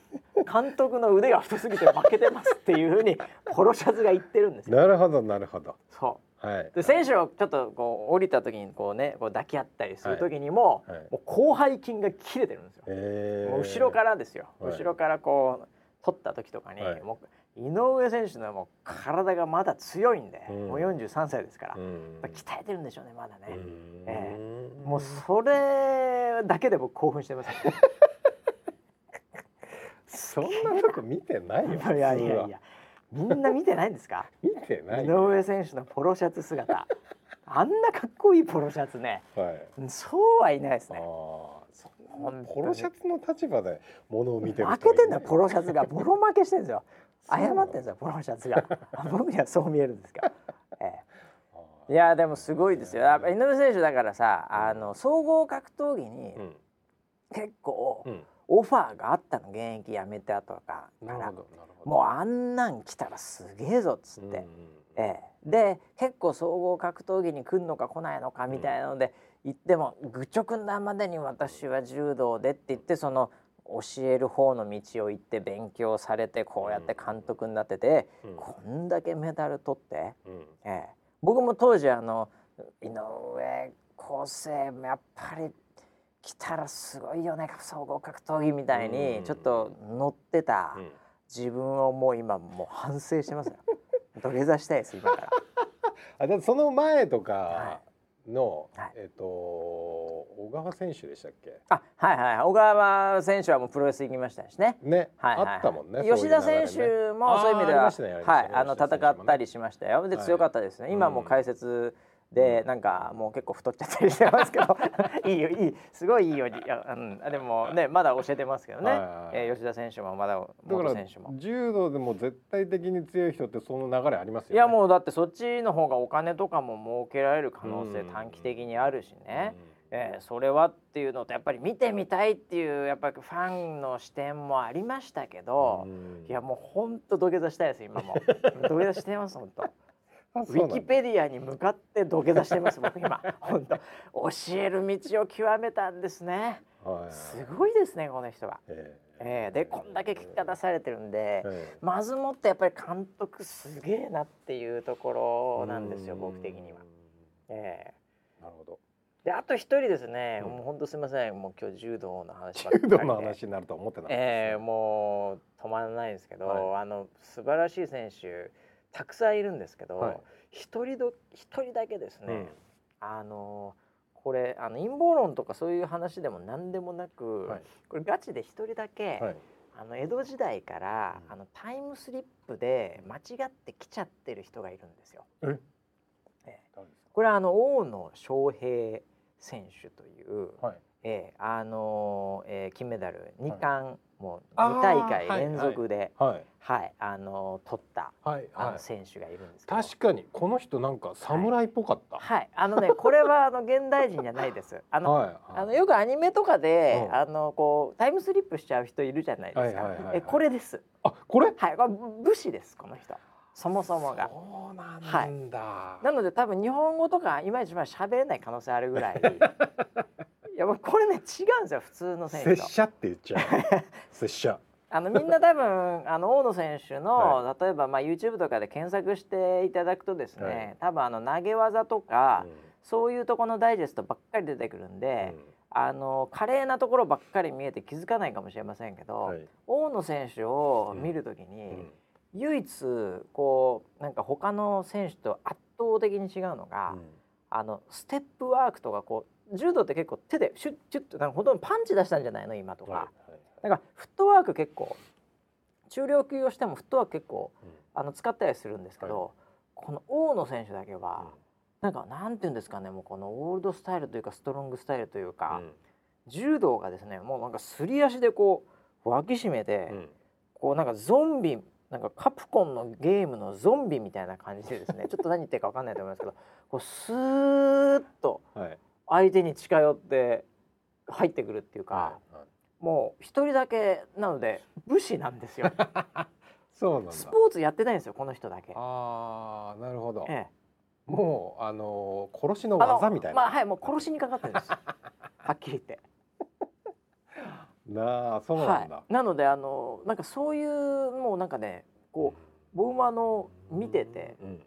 S1: 監督の腕が太すぎて負けてますっていうふうにポロシャツが言ってるんですよ。
S2: なるほどなるほど。
S1: そ
S2: はい。
S1: うで選手をちょっとこう降りた時にこうねこう抱き合ったりする時にも,、
S2: はいはい
S1: もう広背筋が切れてるんですよ。
S2: ええ
S1: もう後ろかららですよ、
S2: はい
S1: 後ろからこう取った時とかに、
S2: はい
S1: もう井上選手のもう体がまだ強いんで、
S2: うん
S1: もう43歳ですから、
S2: う
S1: やっ
S2: ん
S1: ぱ。鍛えてるんでしょうねまだね。
S2: うん
S1: え
S2: うん
S1: もうそれだけで僕興奮してます。
S2: そんなとこ見てないよ。
S1: いやいやい
S2: 普通は
S1: や、みんな見てないんですか？
S2: 見てない
S1: 井
S2: よ。
S1: 上選手のポロシャツ姿、あんなかっこいいポロシャツね、
S2: はい。
S1: そうはいないです
S2: ああ
S1: ね。
S2: そ
S1: 本当に
S2: ポロシャツの立場でものを見てる
S1: 負
S2: 人
S1: け
S2: はい
S1: てん
S2: な
S1: だ
S2: い
S1: よポロシャツがボロ負けしてんですよ。
S2: そうな
S1: 謝
S2: の
S1: ってんですよポロシャツ が。僕にはそう見えるんです か。ええ
S2: あー
S1: いやでもすごいですよ。やっぱ井上選手だからさ、
S2: ん
S1: あの総合格闘技に
S2: うん
S1: 結構
S2: うん
S1: オファーがあったの現役辞めた後か
S2: なる
S1: ら
S2: ほどなるほど
S1: もうあんなん来たらすげえぞっつって、
S2: うんうん
S1: ええ、で結構総合格闘技に来るのか来ないのかみたいなので、言っても愚直なまでに私は柔道でって言ってその教える方の道を行って勉強されてこうやって監督になってて、
S2: うん
S1: こんだけメダル取って、
S2: うん
S1: ええ、僕も当時あの井上康生もやっぱり来たらすごいよね総合格闘技みたいにちょっと乗ってた。
S2: うん
S1: 自分をもう今もう反省してますよ土下座したいです今から
S2: あだってその前とか
S1: は
S2: の、
S1: はい
S2: えっ、と小川選手でしたっけ
S1: あはいはい小川選手はもうプロレス行きましたしね
S2: ね、
S1: はいはいはい
S2: あったもんね
S1: 吉田選
S2: そういう流れね
S1: 手もそういう意味で
S2: あーあり
S1: は
S2: ましたねありま
S1: は
S2: した
S1: い
S2: ね
S1: あの
S2: 吉田選手も
S1: 戦
S2: ね
S1: ったりしましたよで
S2: はい
S1: 強かったですね、今もう解説で
S2: うん
S1: なんかもう結構太っちゃったりしてますけど いいよいいすごいいいよりあ、うん、でもねまだ教えてますけどね、
S2: はいはいはい
S1: えー吉田選手もまだ
S2: だか
S1: 元
S2: ら
S1: 選手も
S2: 柔道でも絶対的に強い人ってその流れありますよね
S1: いやもうだってそっちの方がお金とかも儲けられる可能性
S2: うん
S1: 短期的にあるしね、
S2: うん
S1: えーそれはっていうのとやっぱり見てみたいっていうやっぱりファンの視点もありましたけど、
S2: うん
S1: いやもうほんと土下座したいです 今も土下座してますほんと
S2: あ
S1: ウ
S2: そうなん
S1: ィ
S2: だ
S1: キペディアに向かって土下座してます僕今ほんと教える道を極めたんですね
S2: はい
S1: すごいですねこの人は、
S2: ええ
S1: えーでこんだけ結果出されてるんで、
S2: ええ
S1: まずもってやっぱり監督すげえなっていうところなんですよ僕的には
S2: う。ん
S1: ええ
S2: なるほど
S1: であと一人ですね、
S2: うん
S1: もう本当すみませんもう今日柔道の話ばっかりで
S2: 柔道の話になるとは思ってなかった
S1: ええ
S2: ね
S1: もう止まらないんですけど、
S2: は
S1: あの素晴らしい選手たくさんいるんですけ
S2: はい
S1: ど一、人ど一人だけですね、
S2: うん
S1: あのこれあの陰謀論とかそういう話でも何でもなく、
S2: はい
S1: これガチで一人だけ、
S2: はい
S1: あの江戸時代から、
S2: うん
S1: あのタイムスリップで間違って来ちゃってる人がいるんですよ。
S2: え
S1: ええ
S2: 誰です
S1: これはあの大野将平選手という、
S2: かはい
S1: ええあのーええ金メダル
S2: い
S1: 2冠、もう
S2: あー
S1: 2大会連続で、
S2: はい
S1: はいあのー取った
S2: はい
S1: あ
S2: は
S1: の
S2: い
S1: 選手がいるんですけど、
S2: 確かにこの人なんか侍っぽかった
S1: はいあのねこれはあの現代人じゃない です。あの、
S2: はい
S1: あのよくアニメとかで、
S2: うん
S1: あのこうタイムスリップしちゃう人いるじゃないですか。
S2: はいはいはいはい
S1: えこれです。
S2: あこれ
S1: はい、これ武士ですこの人。そもそもが。
S2: そうなんだ
S1: なので多分日本語とかいまいちまあ喋れない可能性あるぐら い。いやもうこれね違うんですよ普通の選手
S2: 拙
S1: と。
S2: 者って言っちゃ う拙者
S1: あのみんな多分あの大野選手の、
S2: は
S1: 例えばまあ YouTube とかで検索していただくとですね、
S2: はい
S1: 多分あの投げ技とか、そういうところのダイジェストばっかり出てくるんで、あの華麗なところばっかり見えて気づかないかもしれませんけど、大野選手を見るときに、唯一こうなんか他の選手と圧倒的に違うのが、あのステップワークとかこう柔道って結構手でシュッシュッとなんかほとんどパンチ出したんじゃないの今とか。だからフットワーク結構中量級をしてもフットワーク結構あの使ったりするんですけど、この大野選手だけは、なんかなんていうんですかねもうこのオールドスタイルというかストロングスタイルというか、柔道がですねもうなんかすり足でこう脇締めて、こうなんかゾンビなんかカプコンのゲームのゾンビみたいな感じで ですねちょっと何言ってるかわかんないと思いますけどこうスーッと相手に近寄って入ってくるっていうか。もう一人だけなので武士 なんですよ
S2: そうなんだ
S1: スポーツやってないんですよこの人だけ、
S2: あーなるほど
S1: ええ、
S2: もうあのー殺しの
S1: あの
S2: 技みたい
S1: まあ
S2: な
S1: はいもう殺しにかかってるんですよはっきり言って
S2: なあそうなんだ
S1: はい、なのであのなんかそういうもうなんかねこう僕もあの見てて
S2: うん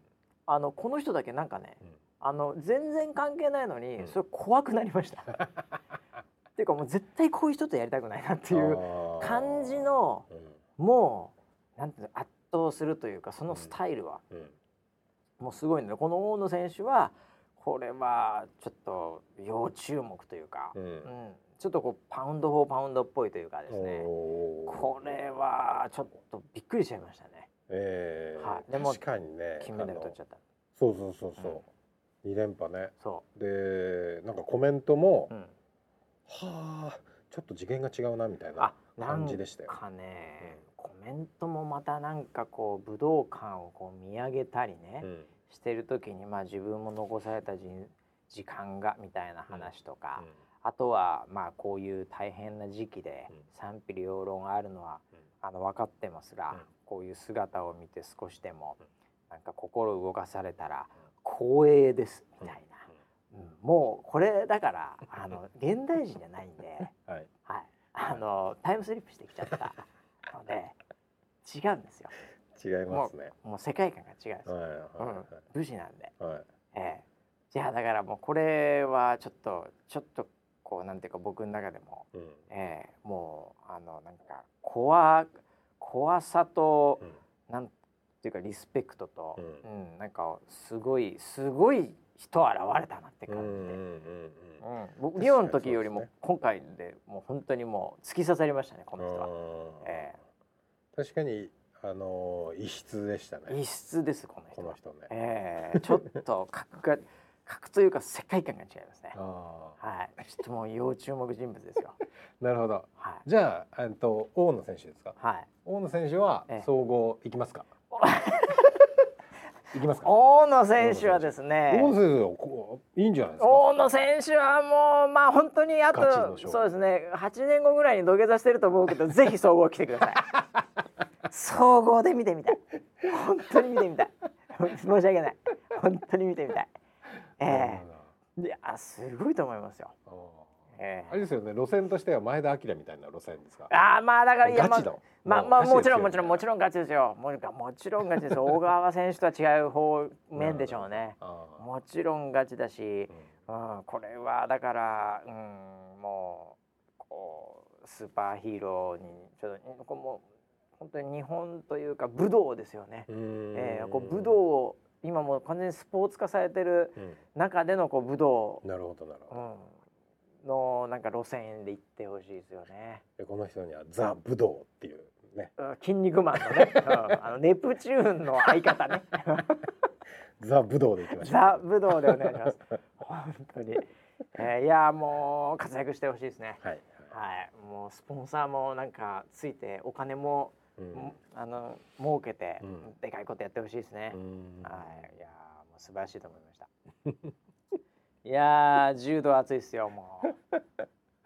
S1: あのこの人だけなんかね
S2: うん
S1: あの全然関係ないのに、
S2: うん
S1: それ怖くなりま したっていうかもう絶対こういう人とやりたくないなっていう
S2: あー
S1: 感じの
S2: うん
S1: もうなんていうの圧倒するというかそのスタイルは
S2: うん
S1: もうすごいのでこの大野選手はこれはちょっと要注目というか、
S2: う
S1: うん
S2: ん
S1: ちょっとこうパウンド・フォー・パウンドっぽいというかですね
S2: おー
S1: これはちょっとびっくりしちゃいましたね
S2: えー
S1: はいでも
S2: 確かにね
S1: 金メダル取っちゃった
S2: あのそうそうそうそう二連覇ね
S1: そ
S2: でなんかコメントも
S1: う、うん、
S2: はあちょっと次元が違うなみたいな
S1: あなん
S2: 感じでしたよ。
S1: かねコメントもまたなんかこう武道館をこう見上げたりね、
S2: うん
S1: してる時にまあ自分も残された人時間がみたいな話とか、あとはまあこういう大変な時期で
S2: うん
S1: 賛否両論あるのは
S2: うん
S1: あの分かってますが、
S2: うん
S1: こういう姿を見て少しでも
S2: うん
S1: なんか心動かされたら
S2: うん
S1: 光栄ですみたいな、
S2: う
S1: うんもうこれだからあの現代人じゃない んで、
S2: んはい
S1: はい、あのタイムスリップしてきちゃったので違うんですよ
S2: 違いますね
S1: もう世界観が違うんです
S2: はい
S1: よ、
S2: は
S1: うん、武士なんで。
S2: いはいはい
S1: ええ、じゃあだからもうこれはちょっとちょっとこうなんていうか僕の中でも、
S2: うん
S1: ええ、もうあのなんか怖怖さと
S2: うん
S1: なんていうかリスペクトと、
S2: う
S1: うんなんかすごいすごい人現れたなって
S2: うん
S1: 感じで。
S2: うんうんうん
S1: うん、僕リオの時より
S2: そう
S1: も
S2: です
S1: 今回でもう本当にもう突き刺さりましたねこの人は
S2: あー
S1: え
S2: 確かにあのー異質でしたね
S1: 異質ですこの人
S2: この
S1: は
S2: 人ね、
S1: ええ、ちょっと格が格というか世界観が違いますね
S2: ああ
S1: はい、ちょっともう要注目人物ですよ。
S2: なるほど
S1: は
S2: じゃあえっと大野選手ですか
S1: い。はい。
S2: 大野選手は
S1: ええ
S2: 総合いきま すか、いきますか
S1: 大野選手はですね。
S2: 大野選手はこういいんじゃないですか
S1: 大野選手はもうまあ本当にあ
S2: ガチの勝
S1: と
S2: 負
S1: そうですね8年後ぐらいに土下座してると思うけどぜひ総合来てくださ い総合で見てみたい本当に見てみたい申し訳ない本当に見てみたいえ
S2: なる
S1: えいやすごいと思いますよ、
S2: ほどあー
S1: え
S2: あれですよね路線としては前田明みたいな路線ですか
S1: え、ああまあだからいやま
S2: ガ
S1: あ
S2: チだ
S1: まあまあもちろんもちろんもち
S2: ろ
S1: ろ
S2: ん
S1: んガチですよ。もうもちろんガチですよ。大川選手とは違う方面でしょうね。
S2: あー
S1: もちろんガチだし
S2: う、ん
S1: うん、これはだから、うん、もうこうスーパーヒーローにちょっとこうもう本当に日本というか武道ですよね。
S2: うーん
S1: えー、こう武道を今もう完全にスポーツ化されてる
S2: うん
S1: 中でのこう武道、
S2: なるほどなるほ
S1: う
S2: ど、
S1: ん、のなんか路線で行ってほしいですよね。
S2: でこの人にはザ武道っていうね
S1: うん筋肉マンの ね、うんあのネプチューンの相方ね
S2: ザ武道でいきましょう
S1: ザ・武道でお願いします本当に、えーいやーもう活躍してほしいですね
S2: はい、
S1: はいもうスポンサーもなんかついてお金も、
S2: うん
S1: あの儲けて、
S2: うん
S1: でかいことやってほしいですね、
S2: うん
S1: はいいやーもう素晴らしいと思いました いやー柔道熱いっすよも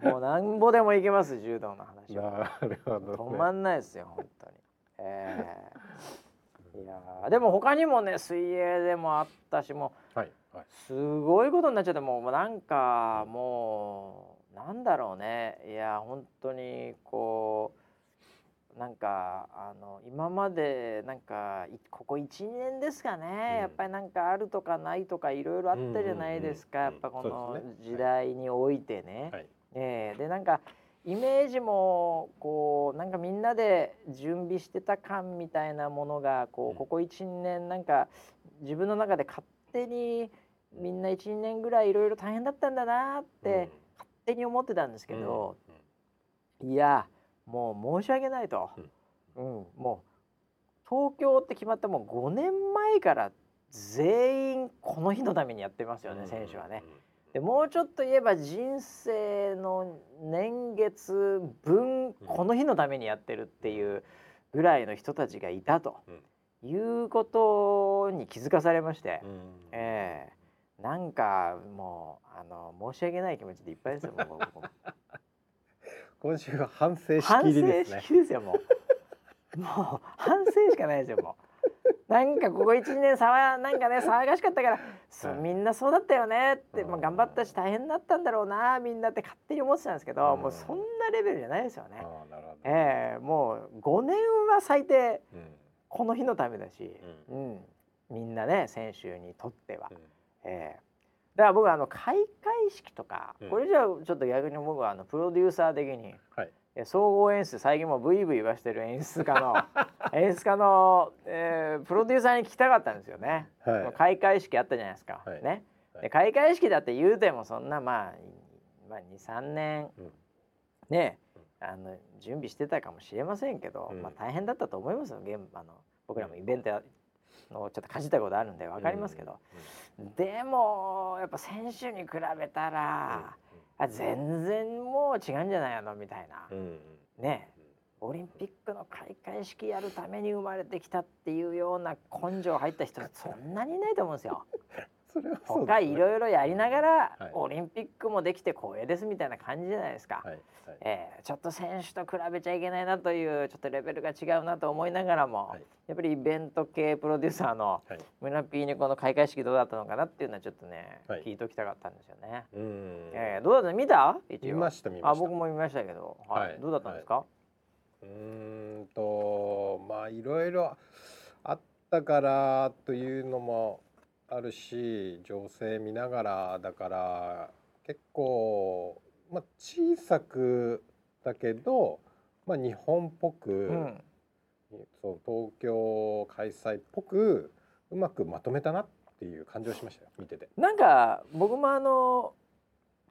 S1: うもうなんぼでもいけます柔道の話は
S2: なるほど、ね、
S1: 止まんないですよ本 当に。ええいやーでも他にもね水泳でもあったしも
S2: はいはいう
S1: すごいことになっちゃってもうもうなんかもうなんだろうねいやー本当にこうなんかあの今までなんかいここ12年ですかね、
S2: うん
S1: やっぱりなんかあるとかないとかいろいろあったじゃないですか、
S2: うんうんうん
S1: やっぱこ
S2: そ
S1: の
S2: うですね
S1: 時代においてね。
S2: はい
S1: ええでなんかイメージもこうなんかみんなで準備してた感みたいなものがこ
S2: う
S1: うんここ12年なんか自分の中で勝手にみんな12年ぐらいいろいろ大変だったんだなって勝手に思ってたんですけど、、いやもう申し訳ないと、うんもう東京って決まったもう5年前から全員この日のためにやってますよね、選手はね。でもうちょっと言えば人生の年月分この日のためにやってるっていうぐらいの人たちがいたということに気づかされまして、ええなんかもうあの申し訳ない気持ちでいっぱいですよ。もう僕も
S2: 今週は反省し
S1: 反省
S2: きりですね
S1: しきりですよも う。もう反省しかないですよもう。なんかここ一年さわなんかね騒がしかったから、そう
S2: はい
S1: みんなそうだったよねって、まあ
S2: うん
S1: 頑張ったし大変だったんだろうなみんなって勝手に思ってたんですけど、
S2: うん
S1: もうそんなレベルじゃないですよ
S2: あ
S1: ね。
S2: あなるほど、
S1: ええもう5年は最低
S2: うん
S1: この日のためだし、
S2: う
S1: うんみんなね選手にとっては
S2: うん、
S1: ええだから僕はあの開会式とか、
S2: うん
S1: これじゃあちょっと逆に僕はあのプロデューサー的に。
S2: はい
S1: え総合演出最近もうブイブイ言わしてる演出家 の演出家の、えープロデューサーに聞きたかったんですよね。
S2: はい
S1: もう開会式あったじゃないですか。
S2: はい
S1: ね、
S2: はい
S1: で開会式だって言うてもそんなまあ、まあ、23年
S2: うん
S1: ねあの準備してたかもしれませんけど、
S2: うん
S1: まあ、大変だったと思いますよ現あの僕らもイベントやのちょっとかじったことあるんで分かりますけど、、でもやっぱ選手に比べたら、あ全然もう違うんじゃないのみたいな。
S2: うんうんうん
S1: ねオリンピックの開会式やるために生まれてきたっていうような根性入った人そんなにいないと思うんですよ。
S2: それは そう
S1: 他
S2: です
S1: い
S2: ね
S1: ろいろやりながら、
S2: はい
S1: オリンピックもできて光栄ですみたいな感じじゃないですか、
S2: はいはい
S1: えーちょっと選手と比べちゃいけないなというちょっとレベルが違うなと思いながらも、
S2: はい
S1: やっぱりイベント系プロデューサーの
S2: はい
S1: 村 P にこの開会式どうだったのかなっていうのはちょっとね、
S2: はい
S1: 聞いときたかったんですよね。
S2: うーん
S1: えーどうだった見た一応
S2: 見ました見ました
S1: あ僕も見ましたけど、はい
S2: はい
S1: どうだったんですか、
S2: うーんとまあいろいろあったからというのもあるし情勢見ながらだから結構、まあ、小さくだけど、まあ、日本っぽく、
S1: うん
S2: そう東京開催っぽくうまくまとめたなっていう感じをしましたよ見てて。
S1: なんか僕もあの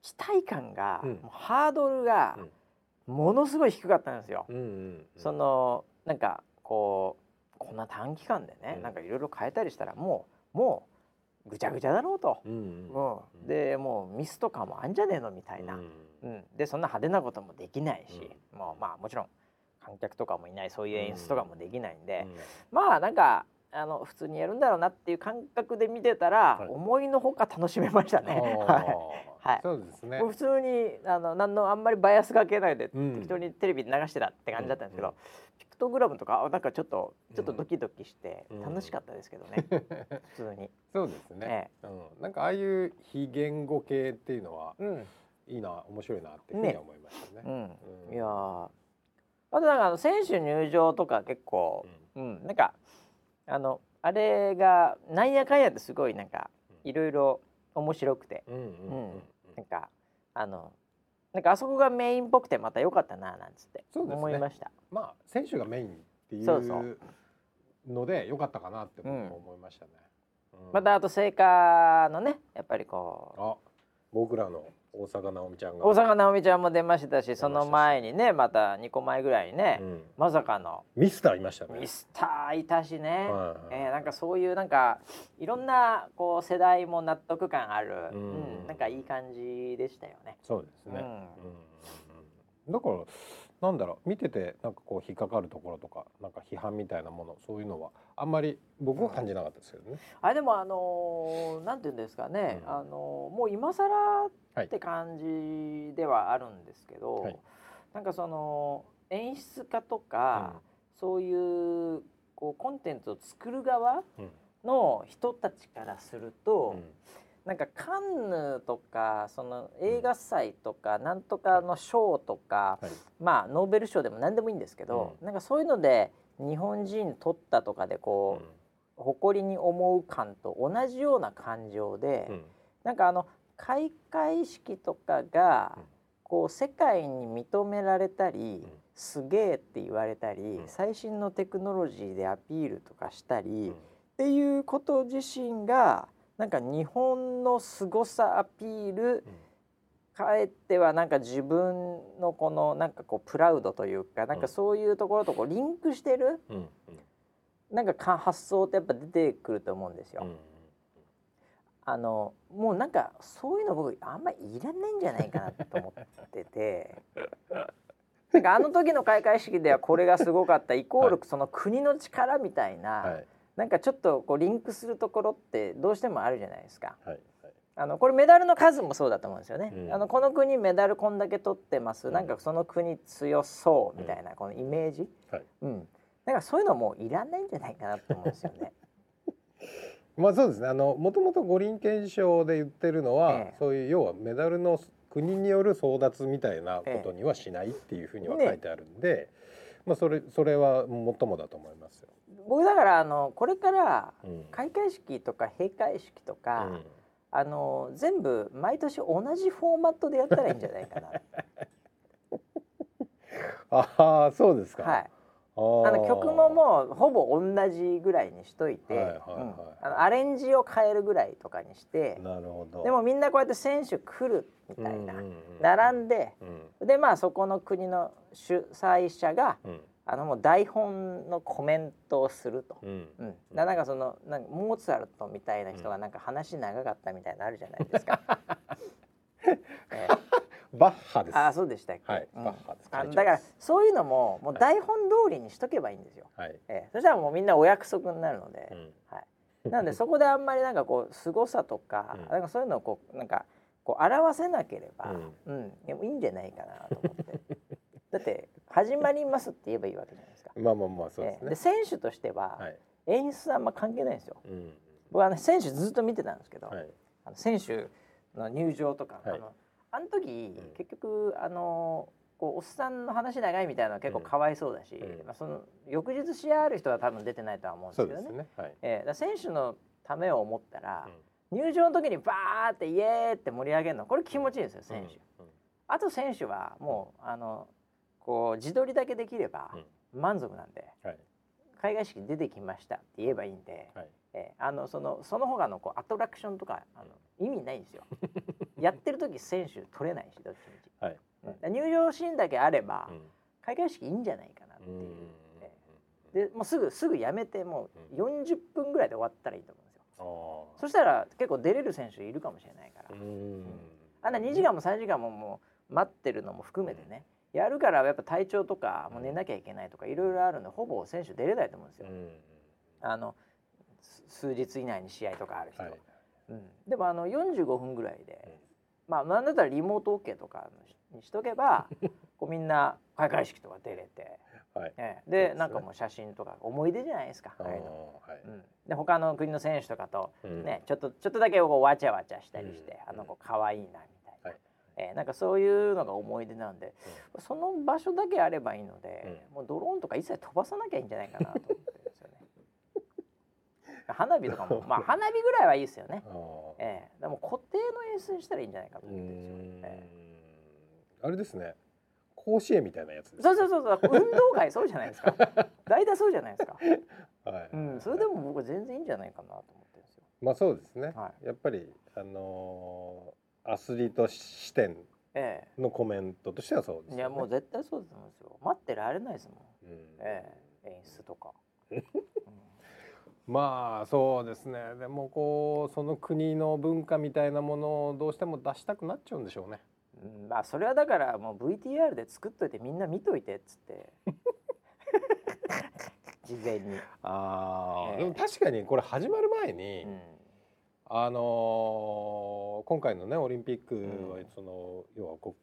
S1: 期待感が、
S2: うん
S1: もうハードルがものすごい低かったんですよ。
S2: うんうんうん
S1: そのなんかこうこんな短期間でね、
S2: うん
S1: なんかいろいろ変えたりしたらもうもうぐちゃぐちゃだろうと
S2: う、んうん
S1: うん
S2: うん
S1: でもうミスとかもあんじゃねえのみたいな、
S2: う
S1: うんんでそんな派手なこともできないし、
S2: うん
S1: もうまあもちろん観客とかもいないそういう演出とかもできないんで、
S2: うん
S1: まあなんかあの普通にやるんだろうなっていう感覚で見てたら、
S2: はい
S1: 思いのほか楽しめましたね。はい
S2: あー
S1: はい
S2: そうですね
S1: もう。普通にあの何のあんまりバイアスかけないで、
S2: うん
S1: 適当にテレビで流してたって感じだったんですけど、
S2: うん
S1: ピクトグラムとかあなんかちょっとちょっと
S2: うん
S1: ドキドキして
S2: うん
S1: 楽しかったですけどね、普通に。
S2: そうです ね。
S1: え
S2: うん、なんかああいう非言語系っていうのは
S1: えうん
S2: いいな、面白いなっていうふうには思いましたね。
S1: うん
S2: うん
S1: いやーあとなんかあの選手入場とか結構、うんなんかあのあれがなんやかんやってすごいなんか
S2: うん
S1: いろいろ面白くて
S2: うんうんうんうん
S1: なんかあのなんかあそこがメインっぽくてまた良かったななんつって
S2: そうですね
S1: 思いました。
S2: まあ選手がメインってい
S1: そうそう
S2: うので良かったかなって僕も思いましたね。うん
S1: またあと聖火のねやっぱりこう
S2: あ僕らの大阪なおみちゃんが
S1: 大阪直美ちゃんも出ましたし
S2: し
S1: その前にねまた2個前ぐらいにね、
S2: うん
S1: まさかの
S2: ミスターいましたね。
S1: ミスターいたしね、
S2: はい
S1: えーなんかそういうなんかいろんなこう世代も納得感ある、う
S2: うん
S1: んなんかいい感じでしたよね。
S2: そうですね。
S1: う
S2: うんんうんうんだからなんだろう見ててなんかこう引っかかるところとかなんか批判みたいなものそういうのはあんまり僕は感じなかったですけどね。
S1: あれでもあのーなんていうんですかね、
S2: うん
S1: あのーもう今更って感じではあるんですけど、
S2: はい
S1: なんかその演出家とか、そういうこうコンテンツを作る側
S2: うん
S1: の人たちからすると、
S2: うん
S1: なんかカンヌとかその映画祭とか、なんとかの賞とか、
S2: はい
S1: まあノーベル賞でも何でもいいんですけど、なんかそういうので日本人取ったとかでこう、誇りに思う感と同じような感情で、
S2: うん
S1: なんかあの開会式とかが、
S2: うん
S1: こう世界に認められたり、
S2: ん
S1: すげえって言われたり、
S2: ん
S1: 最新のテクノロジーでアピールとかしたり、
S2: うん
S1: っていうこと自身がなんか日本の凄さアピールかえってはなんか自分のこのなんかこうプラウドというかなんかそういうところとこうリンクしてる
S2: うんうん
S1: なんかか発想ってやっぱ出てくると思うんですよ。
S2: うんうん
S1: あのもうなんかそういうの僕あんまいらないんじゃないかなと思って てなんかあの時の開会式ではこれがすごかったイコールその国の力みたいな、
S2: はい
S1: なんかちょっとこうリンクするところってどうしてもあるじゃないですか。
S2: はい
S1: あのこれメダルの数もそうだと思うんですよね。
S2: うん
S1: あのこの国メダルこんだけ取ってます、
S2: うん
S1: なんかその国強そうみたいなこのイメージ、
S2: はい。
S1: うん、なんかそういうのもういらないんじゃないかなと思うんですよね。
S2: まあそうですね。あのもともと五輪憲章で言ってるの
S1: え
S2: は
S1: え
S2: そういう要はメダルの国による争奪みたいなことにはしないっていうふうには書いてあるんで、まあそれそれは最もだと思いますよ。
S1: 僕だからあのこれから
S2: うん
S1: 開会式とか閉会式とか、
S2: うん
S1: あの全部毎年同じフォーマットでやったらいいんじゃない かな。
S2: ああそうですか。
S1: はい。
S2: あー
S1: あの曲ももうほぼ同じぐらいにしといて、
S2: はいはいはい
S1: うんあのアレンジを変えるぐらいとかにして、
S2: なるほど。
S1: でもみんなこうやって選手来るみたいな、
S2: うんうんうん
S1: 並んで
S2: うん
S1: でまあそこの国の主催者が
S2: うん
S1: あのもう台本のコメントをすると。
S2: うん
S1: うん、だからなんかそのなんかモーツァルトみたいな人がなんか話長かったみたいなのあるじゃない ですか。えー
S2: バッハです。
S1: あーそうでしたっけ。
S2: はい
S1: うん
S2: バッハです
S1: あ
S2: 会
S1: の
S2: 長です
S1: だからそういうのももう台本通りにしとけばいいんですよ。
S2: はい。
S1: えーそしたらもうみんなお約束になるので、
S2: うん
S1: はい、なんでそこであんまりなんかこう凄さとか、
S2: うん
S1: なんかそういうのをこうなんかこう表せなければ、
S2: うん
S1: うん、いやいいんじゃないかなと思って。 だって始まりますって言えばいいわけじゃないですか。
S2: まあまあまあそう
S1: え
S2: です
S1: えで
S2: ね。
S1: 選手としては、
S2: はい。
S1: 演出はあんま関係ないんですよ。
S2: うん。
S1: 僕はあの選手ずっと見てたんですけど、
S2: はい。
S1: あの選手の入場とか、
S2: はい
S1: あのあの時、
S2: ん
S1: 結局あのこうおっさんの話長いみたいなのは結構かわいそうだし、
S2: うん
S1: まあ、その翌日試合ある人は多分出てないとは思うんで
S2: そ
S1: す
S2: う
S1: け
S2: で
S1: ど
S2: す
S1: ね。
S2: ね。はい。
S1: ええだから選手のためを思ったら
S2: うん、
S1: 入場の時にバーってイエーって盛り上げるのこれ気持ちいいですよ選手、
S2: うん。
S1: あと選手はもうあのこう自撮りだけできれば満足なんで、
S2: うんはい。
S1: 海外式出てきましたって言えばいいんで、
S2: はい。
S1: えーあのそのその他のこうアトラクションとかあの意味ないんです よやってる時選手取れないしどっちみち、
S2: はい
S1: うんだから入場シーンだけあれば、
S2: うん
S1: 開会式いいんじゃないかなって
S2: う
S1: い
S2: ん
S1: う、
S2: うん
S1: えでもうすぐすぐやめてもう40分ぐらいで終わったらいいと思うんですよ、
S2: あ
S1: そしたら結構出れる選手いるかもしれないから、
S2: あ。うん。
S1: あんな2時間も3時間ももう待ってるのも含めてね、やるからやっぱ体調とかもう寝なきゃいけないとかいろいろあるんでほぼ選手出れないと思うんです
S2: う
S1: よ、
S2: ん。
S1: あのす数日以内に試合とかある人、
S2: はい。
S1: うん、でもあの45分ぐらいで、まあなんだったらリモート OK とかにしとけ ばこうみんな開会式とか出れて、
S2: はい。
S1: ええ
S2: そうで
S1: です
S2: ね
S1: なんかもう写真とか思い出じゃないですか
S2: ああ
S1: ああいうの、
S2: はい。
S1: うん、で他の国の選手とかと、
S2: うん
S1: ねちょっとちょっとだけこうわちゃわちゃしたりして、
S2: うん
S1: あの子可愛いなみたいな。
S2: はい
S1: えーなんかそういうのが思い出なんで、その場所だけあればいいので、もうドローンとか一切飛ばさなきゃいいんじゃないかなと思ってるんです よね。花火とかもまあ花火ぐらいはいいですよね。
S2: ああ。
S1: ええでも固定の演出にしたらいいんじゃないかと
S2: う
S1: 思
S2: ー
S1: ってるんですよ。
S2: ん
S1: え
S2: あれですね甲子園みたいなやつです
S1: え
S2: ね
S1: そうそうそうそう運動会そうじゃないですか。 大体そうじゃないですか。
S2: はい、
S1: うんそれでも僕は全然いいんじゃないかなと思ってるんですよ。
S2: まあそうですね、
S1: は
S2: やっぱりあのーアスリート視点
S1: ええ
S2: のコメントとしてはそうですよね
S1: いやもう絶対そうだと思うんですよ。待ってられないですもん。
S2: うん
S1: ええ演出と か。うん
S2: まあそうですねでもこうその国の文化みたいなものをどうしても出したくなっちゃうんでしょうね
S1: うんまあそれはだからもう VTR で作っといてみんな見といてっつって 事前に、
S2: あ
S1: ええ
S2: でも確かにこれ始まる前に、
S1: うん
S2: あのー今回のねオリンピックは
S1: うん
S2: その、要はこ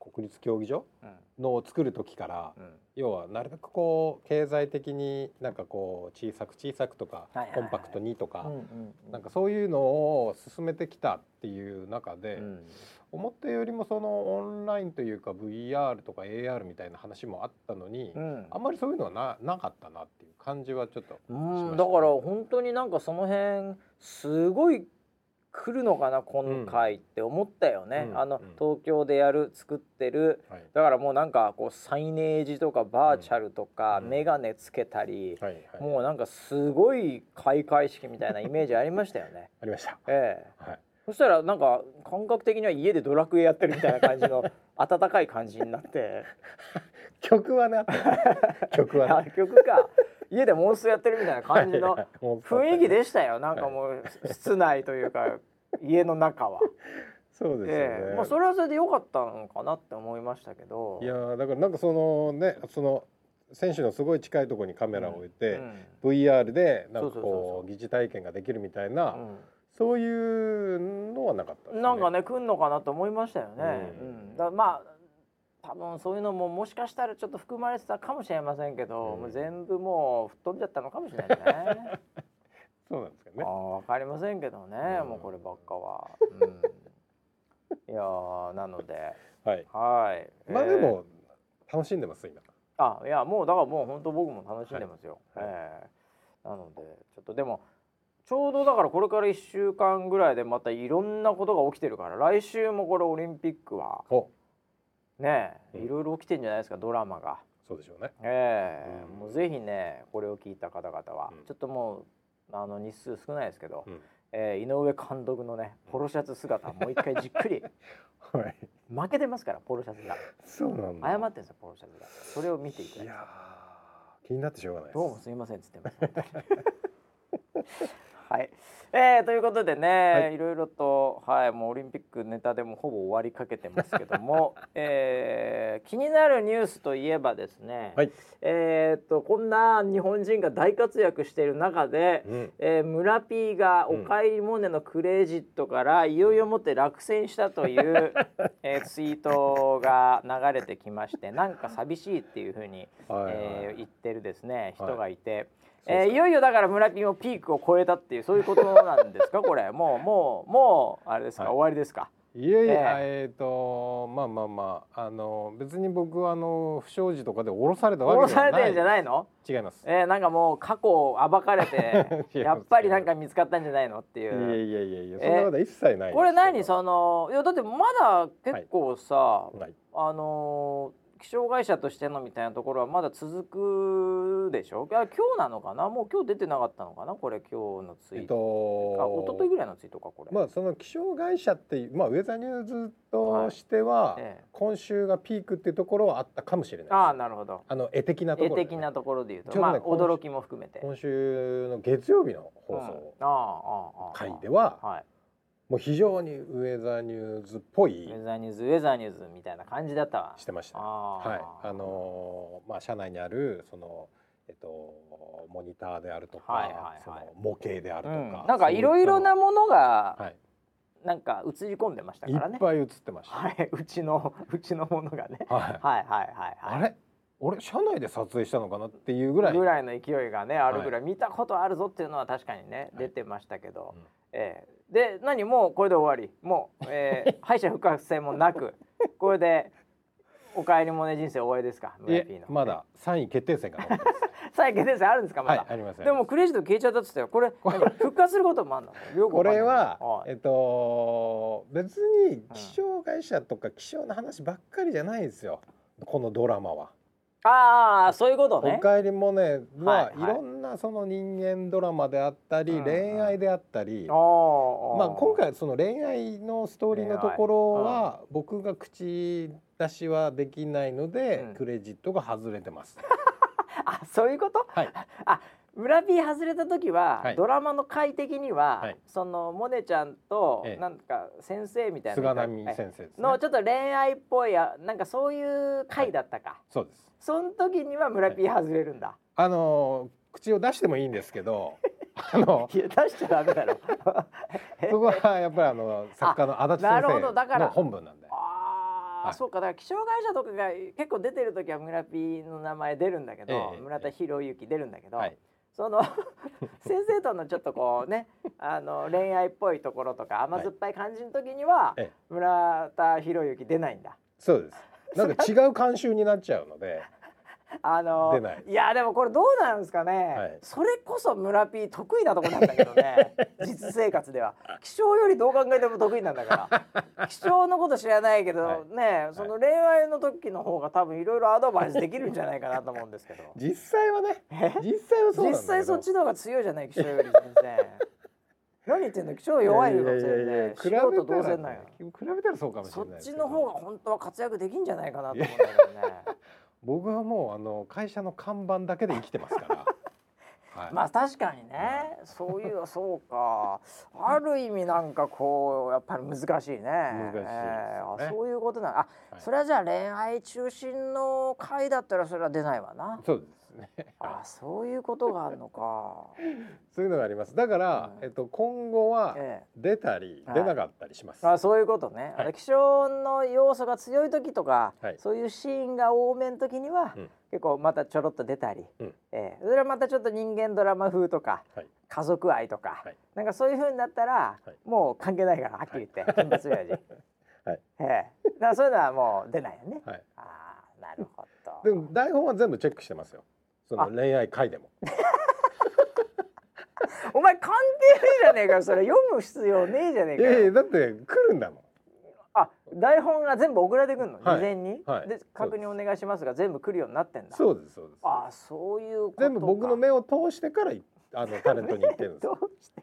S2: 国立競技場
S1: うん
S2: のを作る時から、
S1: うん、
S2: 要はなるべくこう経済的になんかこう小さく小さくとか、
S1: いはいはい
S2: コンパクトにとか、
S1: うんうんう
S2: なんかそういうのを進めてきたっていう中で、
S1: うん
S2: 思ったよりもそのオンラインというか VR とか AR みたいな話もあったのに、
S1: うん
S2: あんまりそういうのはななかったなっていう感じはちょっと、
S1: うん
S2: しましたね
S1: だから本当になんかその辺すごい来るのかな今回って思ったよね、
S2: うん
S1: あの
S2: うん
S1: 東京でやる作ってる
S2: はい
S1: だからもうなんかこうサイネージとかバーチャルとか、
S2: うん
S1: メガネつけたり、
S2: はいはい
S1: もうなんかすごい開会式みたいなイメージありましたよ ね。
S2: ありました。
S1: ええ、
S2: はい
S1: そしたらなんか感覚的には家でドラクエやってるみたいな感じ の温かい感じになって
S2: 曲はね 曲は
S1: あ
S2: ね
S1: 曲か家でモンストやってるみたいな感じの雰囲気でしたよなんかもう室内という か家の中は、
S2: そうですよね、
S1: ええまあ、それはそれで良かったのかなって思いましたけど
S2: いやーだからなんかそのねその選手のすごい近いところにカメラを置いて、
S1: うん
S2: VR でなん
S1: そ
S2: か
S1: うそうそうそ
S2: こう疑似体験ができるみたいな、
S1: うん
S2: そういうのはなかったですね。
S1: なんかね来んのかなと思いましたよね。う
S2: うんん
S1: だからまあ多分そういうのももしかしたらちょっと含まれてたかもしれませんけど、
S2: うん
S1: もう全部もう吹っ飛んじゃったのかもしれないですね。
S2: そうなんですか
S1: あ
S2: ね。
S1: あわかりませんけどね、
S2: うん
S1: もうこればっかは。うん、いやーなので
S2: はい。
S1: はい。
S2: まあ
S1: え
S2: で
S1: ー
S2: も、楽しんでます今。
S1: あいやもうだからもう本当僕も楽しんでますよ。
S2: はいはい
S1: ええなのでちょっとでもちょうどだからこれから1週間ぐらいでまたいろんなことが起きてるから来週もこれオリンピックは
S2: お、
S1: ねえ、
S2: うん
S1: いろいろ起きてんじゃないですかドラマが。
S2: そうでしょうね。
S1: ええ
S2: うん
S1: もうぜひねこれを聞いた方々は、
S2: うん
S1: ちょっともうあの日数少ないですけど、
S2: うん
S1: ええ井上監督のねポロシャツ姿もう一回じっく り
S2: はい。
S1: 負けてますからポロシャツが
S2: そうなんだ。
S1: 謝ってんですよポロシャツがそれを見ていただいて
S2: いやー気になってしょうがないです。
S1: どうもすみませんっつってます。はい、えーということでね、、
S2: はい
S1: ろいろと、はい、もうオリンピックネタでもほぼ終わりかけてますけど も、えー気になるニュースといえばですね、
S2: はい
S1: えー、とこんな日本人が大活躍している中で、
S2: うん
S1: えー、村 P が「おかえりモネ」のクレジットからいよいよもって落選したという、えーツイートが流れてきましてなんか寂しいっていうふうに、
S2: はいはい
S1: えー言ってるですね
S2: はい
S1: 人がいて。
S2: そう
S1: え
S2: です
S1: ーいよいよだから村 P もピークを超えたっていうそういうことなんです かこれもうもうもうあれですか、
S2: はい
S1: 終わりですか
S2: いえい
S1: え
S2: ええっ、とまあまあまああの別に僕はあの不祥事とかで降ろされたわ
S1: 殺
S2: けじゃ
S1: さ
S2: ない
S1: れてるんじゃないの
S2: 違います。
S1: えー、なんかもう過去を暴かれて
S2: いや
S1: やっぱりなんか見つかったんじゃないのってい
S2: いうやいやいやいや
S1: え
S2: そんなことは一切ないですけど。
S1: これ何そのいやだってまだ結構さ、
S2: はい
S1: あのー気象会社としてのみたいなところはまだ続くでしょあ今日なのかなもう今日出てなかったのかなこれ今日のツイ
S2: え
S1: ー
S2: っ
S1: ト、
S2: と
S1: あ一昨日ぐらいのツイートかこれ、
S2: まあその気象会社っていうまあウェザーニューズとしては、
S1: ええ
S2: 今週がピークっていうところはあったかもしれないです。
S1: ああなるほど
S2: あの絵的なとこ
S1: 絵
S2: ろでね、
S1: 的なところで言うと
S2: ちょう
S1: ま
S2: どね
S1: あ
S2: 今週
S1: 驚きも含めて
S2: 今週の月曜日の
S1: う
S2: 放
S1: ん
S2: 送
S1: ああああああ
S2: 回では、
S1: はい
S2: もう非常にウェザーニューズっぽ
S1: ウ
S2: い
S1: ェザーニューズウェザーニューズみたいな感じだったわ
S2: してましたね。
S1: ああ
S2: はい、あのーまあ社内にあるそのえっとモニターであるとか、
S1: はいはいはい
S2: その模型であるとか、
S1: うんなんかいろいろな
S2: も
S1: ものが
S2: はい、
S1: なんか映り込んでました
S2: い
S1: からね
S2: っ。ぱい映ってました。
S1: は、
S2: はい
S1: うちの、うちのものがね。
S2: い、
S1: はいはいはいは
S2: あ
S1: い。
S2: れ、俺社内で撮影したのかなっていうぐらい。
S1: ぐらいの勢いがね、あるぐらい、
S2: は
S1: 見たことあるぞっていうのは確かにね、
S2: い
S1: 出てましたけど。
S2: うん
S1: ええで、何もうこれで終わり、もう、えー、敗者復活戦もなく、これで。お帰りもね人生終わりですか。
S2: い
S1: 村 P
S2: え
S1: の、
S2: ま。だ三位決 定戦が残ってます。
S1: 再決定戦あるんですか、ま
S2: はい、
S1: だ。
S2: あります。
S1: でもクレジット消えちゃったって言ったよ。これ何復活することもあるの。よく
S2: こ
S1: わかんない
S2: れは、
S1: はい
S2: えっと、別に気象会社とか気象の話ばっかりじゃないですよ。このドラマは。
S1: ああそういうこと
S2: お
S1: ね。
S2: かえりモネ
S1: は
S2: は
S1: い
S2: い
S1: はい
S2: ろんなその人間ドラマであったり、
S1: うんうん
S2: 恋愛であったり、
S1: あー
S2: まあ今回その恋愛のストーリーのところは僕が口出しはできないので、
S1: うん
S2: クレジットが外れてます。
S1: あそういうこと
S2: はい。
S1: 村 P 外れた時は、
S2: はい
S1: ドラマの回的には、
S2: はい
S1: そのモネちゃんと、
S2: ええ
S1: なんか先生みたいな
S2: 菅波
S1: はい
S2: 先生です、ね。
S1: のちょっと恋愛っぽいあなんかそういう回だったか、
S2: そうです。
S1: その時には村 P 外れるんだ、
S2: あの口を出してもいいんですけ ど、あの
S1: い、や出しちゃダメだ ろ
S2: そこはやっぱりあの作家の足立
S1: な
S2: 先
S1: るほどだか
S2: 生
S1: ら
S2: の本文なんで。
S1: あー、
S2: はい
S1: そうかだから気象会社とかが結構出てる時は村 P の名前出るんだけど、
S2: ええええ
S1: 村田博之出るんだけど、
S2: はい。
S1: その 先生とのちょっとこうねあの恋愛っぽいところとか甘酸っぱい感じの時には、
S2: ええ
S1: 村田博之出ないんだ。
S2: そうです。なんか違う監修になっちゃうので、
S1: あの
S2: 出ない
S1: やでもこれどうなんですかね、
S2: はい
S1: それこそ村 P 得意なとこなんだけど ね実生活では気象よりどう考えても得意なんだから気象のこと知らないけど、
S2: はい
S1: ねその恋愛の時の方が多分いろいろアドバイスできるんじゃないかなと思うんですけど
S2: 実際は ね、実際はそうなんだけ
S1: 実
S2: ど。
S1: 際そっちの方が強いじゃない気象より全然 何言ってんの気象弱いよ全
S2: いやいやいやい
S1: 然
S2: や
S1: 素
S2: 比べた
S1: 人どうせ
S2: ら
S1: んなよ
S2: ね比べたらそうかもし
S1: そ
S2: れ
S1: っ
S2: ないです
S1: ち
S2: けど。
S1: の方が本当は活躍できんじゃないかなと思うんだけどね
S2: 僕はもうあの会社の看板だけで生きてますから。 は い。
S1: まあ確かにねそういうそうかある意味なんかこうやっぱり難しいね
S2: しいですよね
S1: えーあそういうことなのあ、
S2: はい
S1: それはじゃあ恋愛中心の回だったらそれは出ないわな
S2: そうですね。
S1: あそういうことがあるのか
S2: そういうのがあります。だから、
S1: うん
S2: えっと今後は
S1: ええ
S2: 出たり
S1: はい
S2: 出なかったりします。
S1: あそういうことね、
S2: はい
S1: 気象の要素が強い時とか、
S2: はい
S1: そういうシーンが多めの時には、
S2: うん
S1: 結構またちょろっと出たり、
S2: うん
S1: えーそれはまたちょっと人間ドラマ風とか
S2: はい。
S1: 家族愛とか、
S2: はい
S1: なんかそういう風になったら、
S2: はい
S1: もう関係ないからはっきり言って、金髪親父、
S2: はい
S1: ええだからそういうのはもう出ないよね、
S2: はい。
S1: ああなるほど
S2: でも台本は全部チェックしてますよ。そ
S1: あ
S2: の恋愛会でも。
S1: お前関係ねえじゃねえかよそれ読む必要ねえじゃねえ
S2: い
S1: かよ、
S2: やいやだって来るんだもん。
S1: あ台本が全部送られてくるの、
S2: はい
S1: 事前に、
S2: はい
S1: で確認お願いしますが全部来るようになってんだ
S2: そうですそうです。
S1: ああそういうことか
S2: 全部僕の目を通してからいあのタレントに行ってるんです
S1: ど
S2: よ。
S1: うして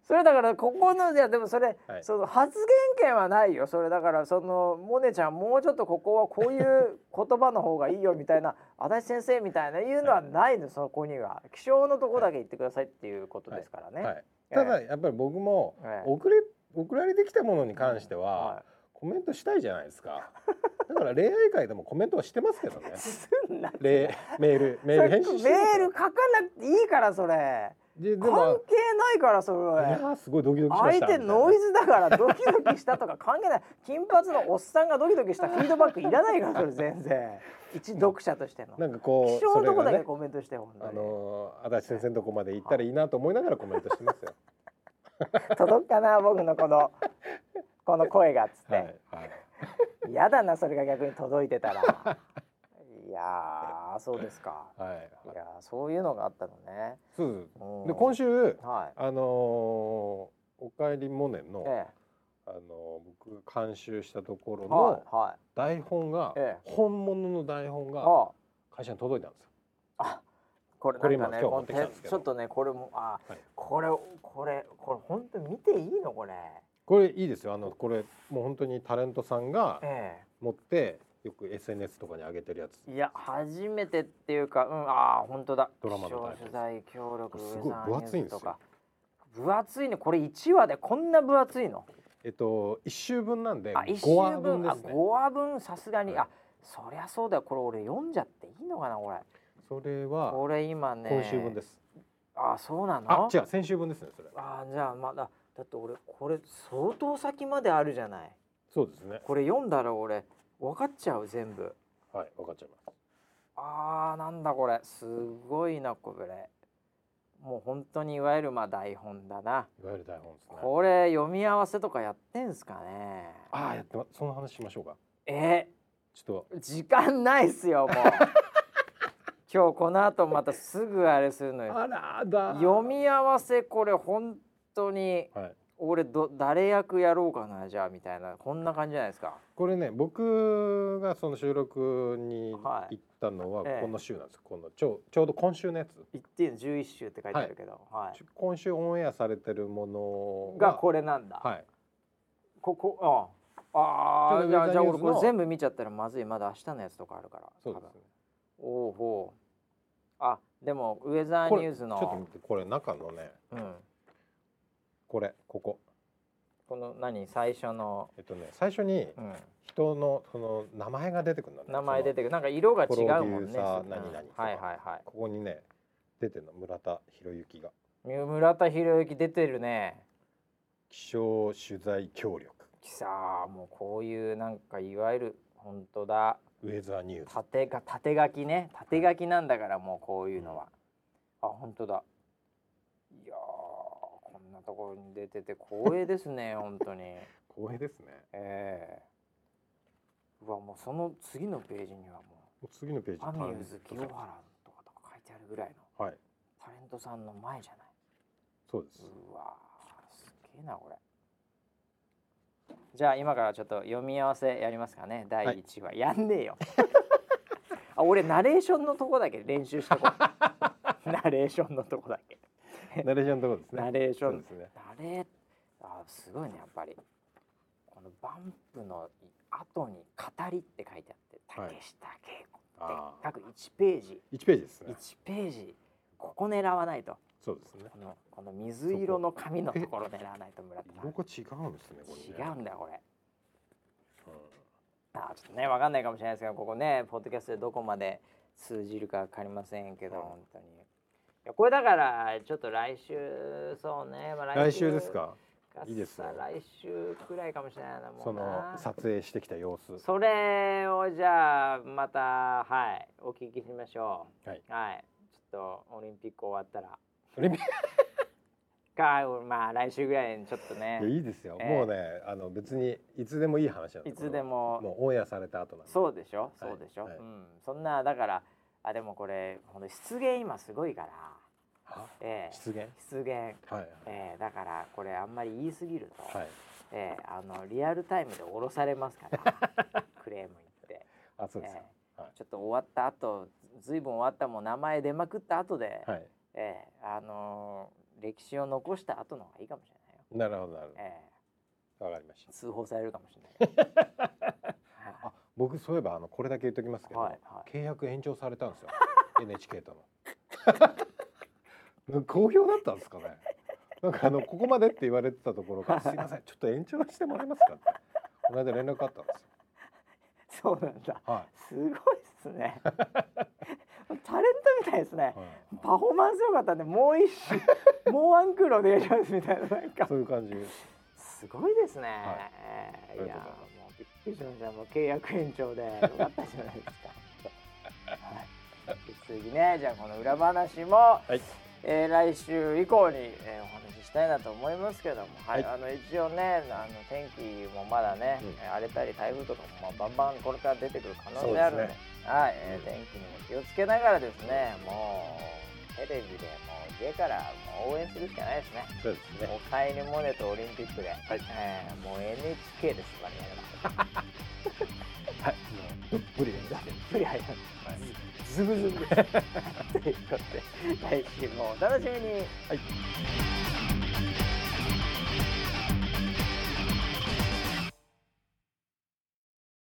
S1: それだからここのじゃでもそれ、
S2: はい
S1: その発言権はないよそれだからそのモネちゃんもうちょっとここはこういう言葉の方がいいよみたいな足立先生みたいな言うのはないの、そこには気象のとこだけ言ってくださいっていうことですからね。
S2: はい、
S1: ええ
S2: ただやっぱり僕も
S1: ええ
S2: 送れ送られてきたものに関して
S1: は
S2: はコメントしたいじゃないで すかだから恋愛会でもコメントはしてますけどね
S1: いすんな
S2: れメールメール返信して
S1: メ
S2: ます
S1: ール書かなくていいからそれ
S2: でで
S1: 関
S2: も
S1: 係ないからそ
S2: いや
S1: れ
S2: ーすごいドキドキしまし
S1: 相
S2: た
S1: 手
S2: みたいな
S1: ノイズだからドキドキしたとか関係ない金髪のおっさんがドキドキ したフィードバックいらないからそれ全然一読者としての
S2: なんかこ
S1: 気
S2: う
S1: 象
S2: そ
S1: の
S2: れ
S1: とこ
S2: が
S1: だけ
S2: ね
S1: コメントして本当
S2: あ
S1: に
S2: のー足立先生のとこまで行ったらいいなと思いながらコメントしてますよ。
S1: 届くかな僕のこ のこの声がっつっ
S2: はい
S1: て
S2: はい
S1: 嫌だなそれが逆に届いてた らいやーそうですか
S2: はい
S1: いやーそういうのがあったのね
S2: そう
S1: う
S2: で
S1: ん
S2: すで今週
S1: は
S2: あのーおかえりモネ
S1: い
S2: の、
S1: え
S2: あのー僕が監修したとこ
S1: え
S2: ろの
S1: はいはい
S2: 台本が、
S1: え
S2: 本物の台本が
S1: ああ
S2: 会社に届いたんですよ。
S1: あこれ
S2: これ
S1: なんかね
S2: 今今
S1: こ
S2: 日持ってきたん
S1: の
S2: ですけ
S1: 手
S2: ど
S1: ちょっとねこれもあ、
S2: はい
S1: これこれこれ本当に見ていいのこれ
S2: これいいですよ。あのこれもう本当にタレントさんが
S1: え
S2: 持ってよく SNS とかに上げてるやつ。
S1: えいや初めてっていうかうんああ本当だ
S2: ドラマのタイプ
S1: 取材協力
S2: すごい分厚いんですよ
S1: ウェザーニュースとか分厚いねこれ一話でこんな分厚いの
S2: えっと一週分なんで
S1: あ一
S2: 五話
S1: 週
S2: 分
S1: 分
S2: で
S1: あ
S2: すね。
S1: 五話分さすがに、
S2: はい
S1: あそりゃそうだよこれ俺読んじゃっていいのかなこれ
S2: それは
S1: これ今ね
S2: 今週分ですす。
S1: あそうなの
S2: あ違う先週分ですねそれ。
S1: あじゃあまだだって俺これ相当先まであるじゃない
S2: そうですね。
S1: これ読んだら俺分かっちゃう全部
S2: はい分かっちゃいます。
S1: あーなんだこれすごいなこれもう本当にいわゆるまあ台本だない
S2: わゆる台本ですね。
S1: これ読み合わせとかやってんすかね
S2: ああやってますその話しましょうか。
S1: え
S2: ちょっ
S1: 時間ないっすよもう今日この後またすぐあれするの
S2: と。
S1: よ
S2: らだ
S1: 読。み合わせこれ本当に
S2: はい。
S1: 俺ど誰役やろうかなじゃあみたいなこんな感じじゃないですか
S2: これね僕がその収録に
S1: は
S2: 行
S1: い
S2: ったのは
S1: ええ
S2: この週なんですよ。このちょうちょうど今週のやつ。
S1: 一点11週って書いてあるけど、はい
S2: ち今週オンエアされてるもの
S1: がこれなんだ、
S2: はい。
S1: ここああ
S2: ちょっと
S1: あじゃあ
S2: ウェザー
S1: じゃあ
S2: ニュー
S1: 俺
S2: スの
S1: これ全部見ちゃったらまずいまだ明日のやつとかあるから
S2: そうで
S1: 多
S2: す
S1: 分
S2: ね。
S1: おうほうあでもウェザー
S2: これ
S1: ニュース
S2: ちょっと見
S1: の
S2: てこれ中のね
S1: うん、
S2: これここ
S1: この何最初の、
S2: えっとね最初に
S1: うん、
S2: 人のその名前が出てくるのね。
S1: 名前出
S2: その
S1: てくるなんか色が違うもんね
S2: プロデューサー
S1: うん
S2: 何々とか
S1: はいはいはい
S2: ここにね出てるの村田博之が
S1: 村田博之出てるね
S2: 気象取材協力
S1: さあもうこういうなんかいわゆる本当だ
S2: ウェザーニュース。
S1: 縦が縦書きね縦書きなんだからもうこういうのは、あ本当だいやーこんなところに出てて光栄ですね本当に
S2: 光栄ですね。
S1: ええうわもうその次のページにはも
S2: 次のページ。
S1: うアミューズ清原とかとか書いてあるぐらいの
S2: はい。
S1: タレントさんの前じゃない
S2: そうです。
S1: うわーすげえなこれじゃあ今からちょっと読み合わせやりますかね第1話、やんねえよあ俺ナレーションのとこだけ練習しとこ うナレーションのとこだけ
S2: ナレーションのところですね。
S1: ナレーション
S2: そうですね。
S1: ナレーあすごいねやっぱりこのバンプの後に「語り」って書いてあ
S2: は
S1: っ
S2: い
S1: て「竹下恵子」で
S2: あ
S1: っ
S2: あ
S1: かく1ページ
S2: 一ページですね。
S1: 1ページここ狙わないと
S2: そうですね
S1: こ。のこの水色の紙のところ狙わないと村田さん
S2: 色が違うんですね。これ
S1: 違
S2: ね
S1: うんだよこれ
S2: うん
S1: あーちょっとねわかんないかもしれないですけどここねポッドキャストでどこまで通じるかわかりませんけど、
S2: うん
S1: 本当にいやこれだからちょっと来週そうね、まあ、
S2: 来週ですか。
S1: い
S2: いい
S1: い
S2: で
S1: ですす
S2: ね
S1: 来週くらいかもしれないなも
S2: そう
S1: な
S2: の撮影してきた様子。
S1: それをじゃあまたはいお聞きしましょ
S2: はい。
S1: うはいちょっとオリンピック終わったら
S2: オリンピッ
S1: かまあ来週ぐらいにちょっとね
S2: クいやいいですよ。
S1: ええ
S2: もうね、あの別にいつでもいい話なん
S1: いつでも
S2: も。もうオンエアされた後なんで。
S1: そうでしょ、
S2: はい
S1: そうでしょ、
S2: はい
S1: うん、そんなだからあでもこれこの失言今すごいから、
S2: あ
S1: ええ
S2: 出現。
S1: 失言、
S2: はい。
S1: ええだからこれあんまり言い過ぎると、
S2: はい。
S1: ええあのリアルタイムで降ろされますから クレーム言って、
S2: あ、そうです
S1: え
S2: よ。はい
S1: えちょっと終わった後ずいぶん終わったもん名前出まくった後で、
S2: はい。
S1: ええあのー歴史を残した後の方がいいかもしれない。
S2: なるほどなる
S1: え
S2: ほどわかりまし
S1: え通報されるかもしれない。
S2: たあ僕そういえばあのこれだけ言っとき ますけど、
S1: はいはい。
S2: 契約延長されたん ですよ NHK と の好評だったんですかねなんかあのここまでって言われてたところが「すいませんちょっと延長してもらえますか?」ってこの間連絡あったんです
S1: そ
S2: よ
S1: うなんだ。
S2: は
S1: すごいっすね。タレントみたいですね
S2: い、。はい
S1: パフォーマンス良かったんでもう一 周もうワンクールお願いしますみたいななんか
S2: そういう感じです
S1: すごいですね、
S2: あり
S1: い、
S2: がとう
S1: や
S2: ござい
S1: ー
S2: ま
S1: もうびっくりしましたもう契約延長でよかったじゃないですかはい引き続きねじゃあこの裏話も、
S2: い
S1: えー来週以降に、えーお話ししたいなと思いますけども、はい
S2: は
S1: あの一応ねあの天気もまだね、
S2: うん
S1: えー荒れたり台風とかも、まあ、バンバンこれから出てくる可能
S2: そ
S1: 性
S2: うですね
S1: あるのではい、えー天気にも気をつけながらですねもうテレビでもう家からもう応援するしかないですね。
S2: そうですね
S1: おかえりモネとオリンピックで、えーもう NHK です我々は。
S2: はいどっぷりです
S1: ざっくり入る。ズ ブズブです。ということで来週もお楽しみに。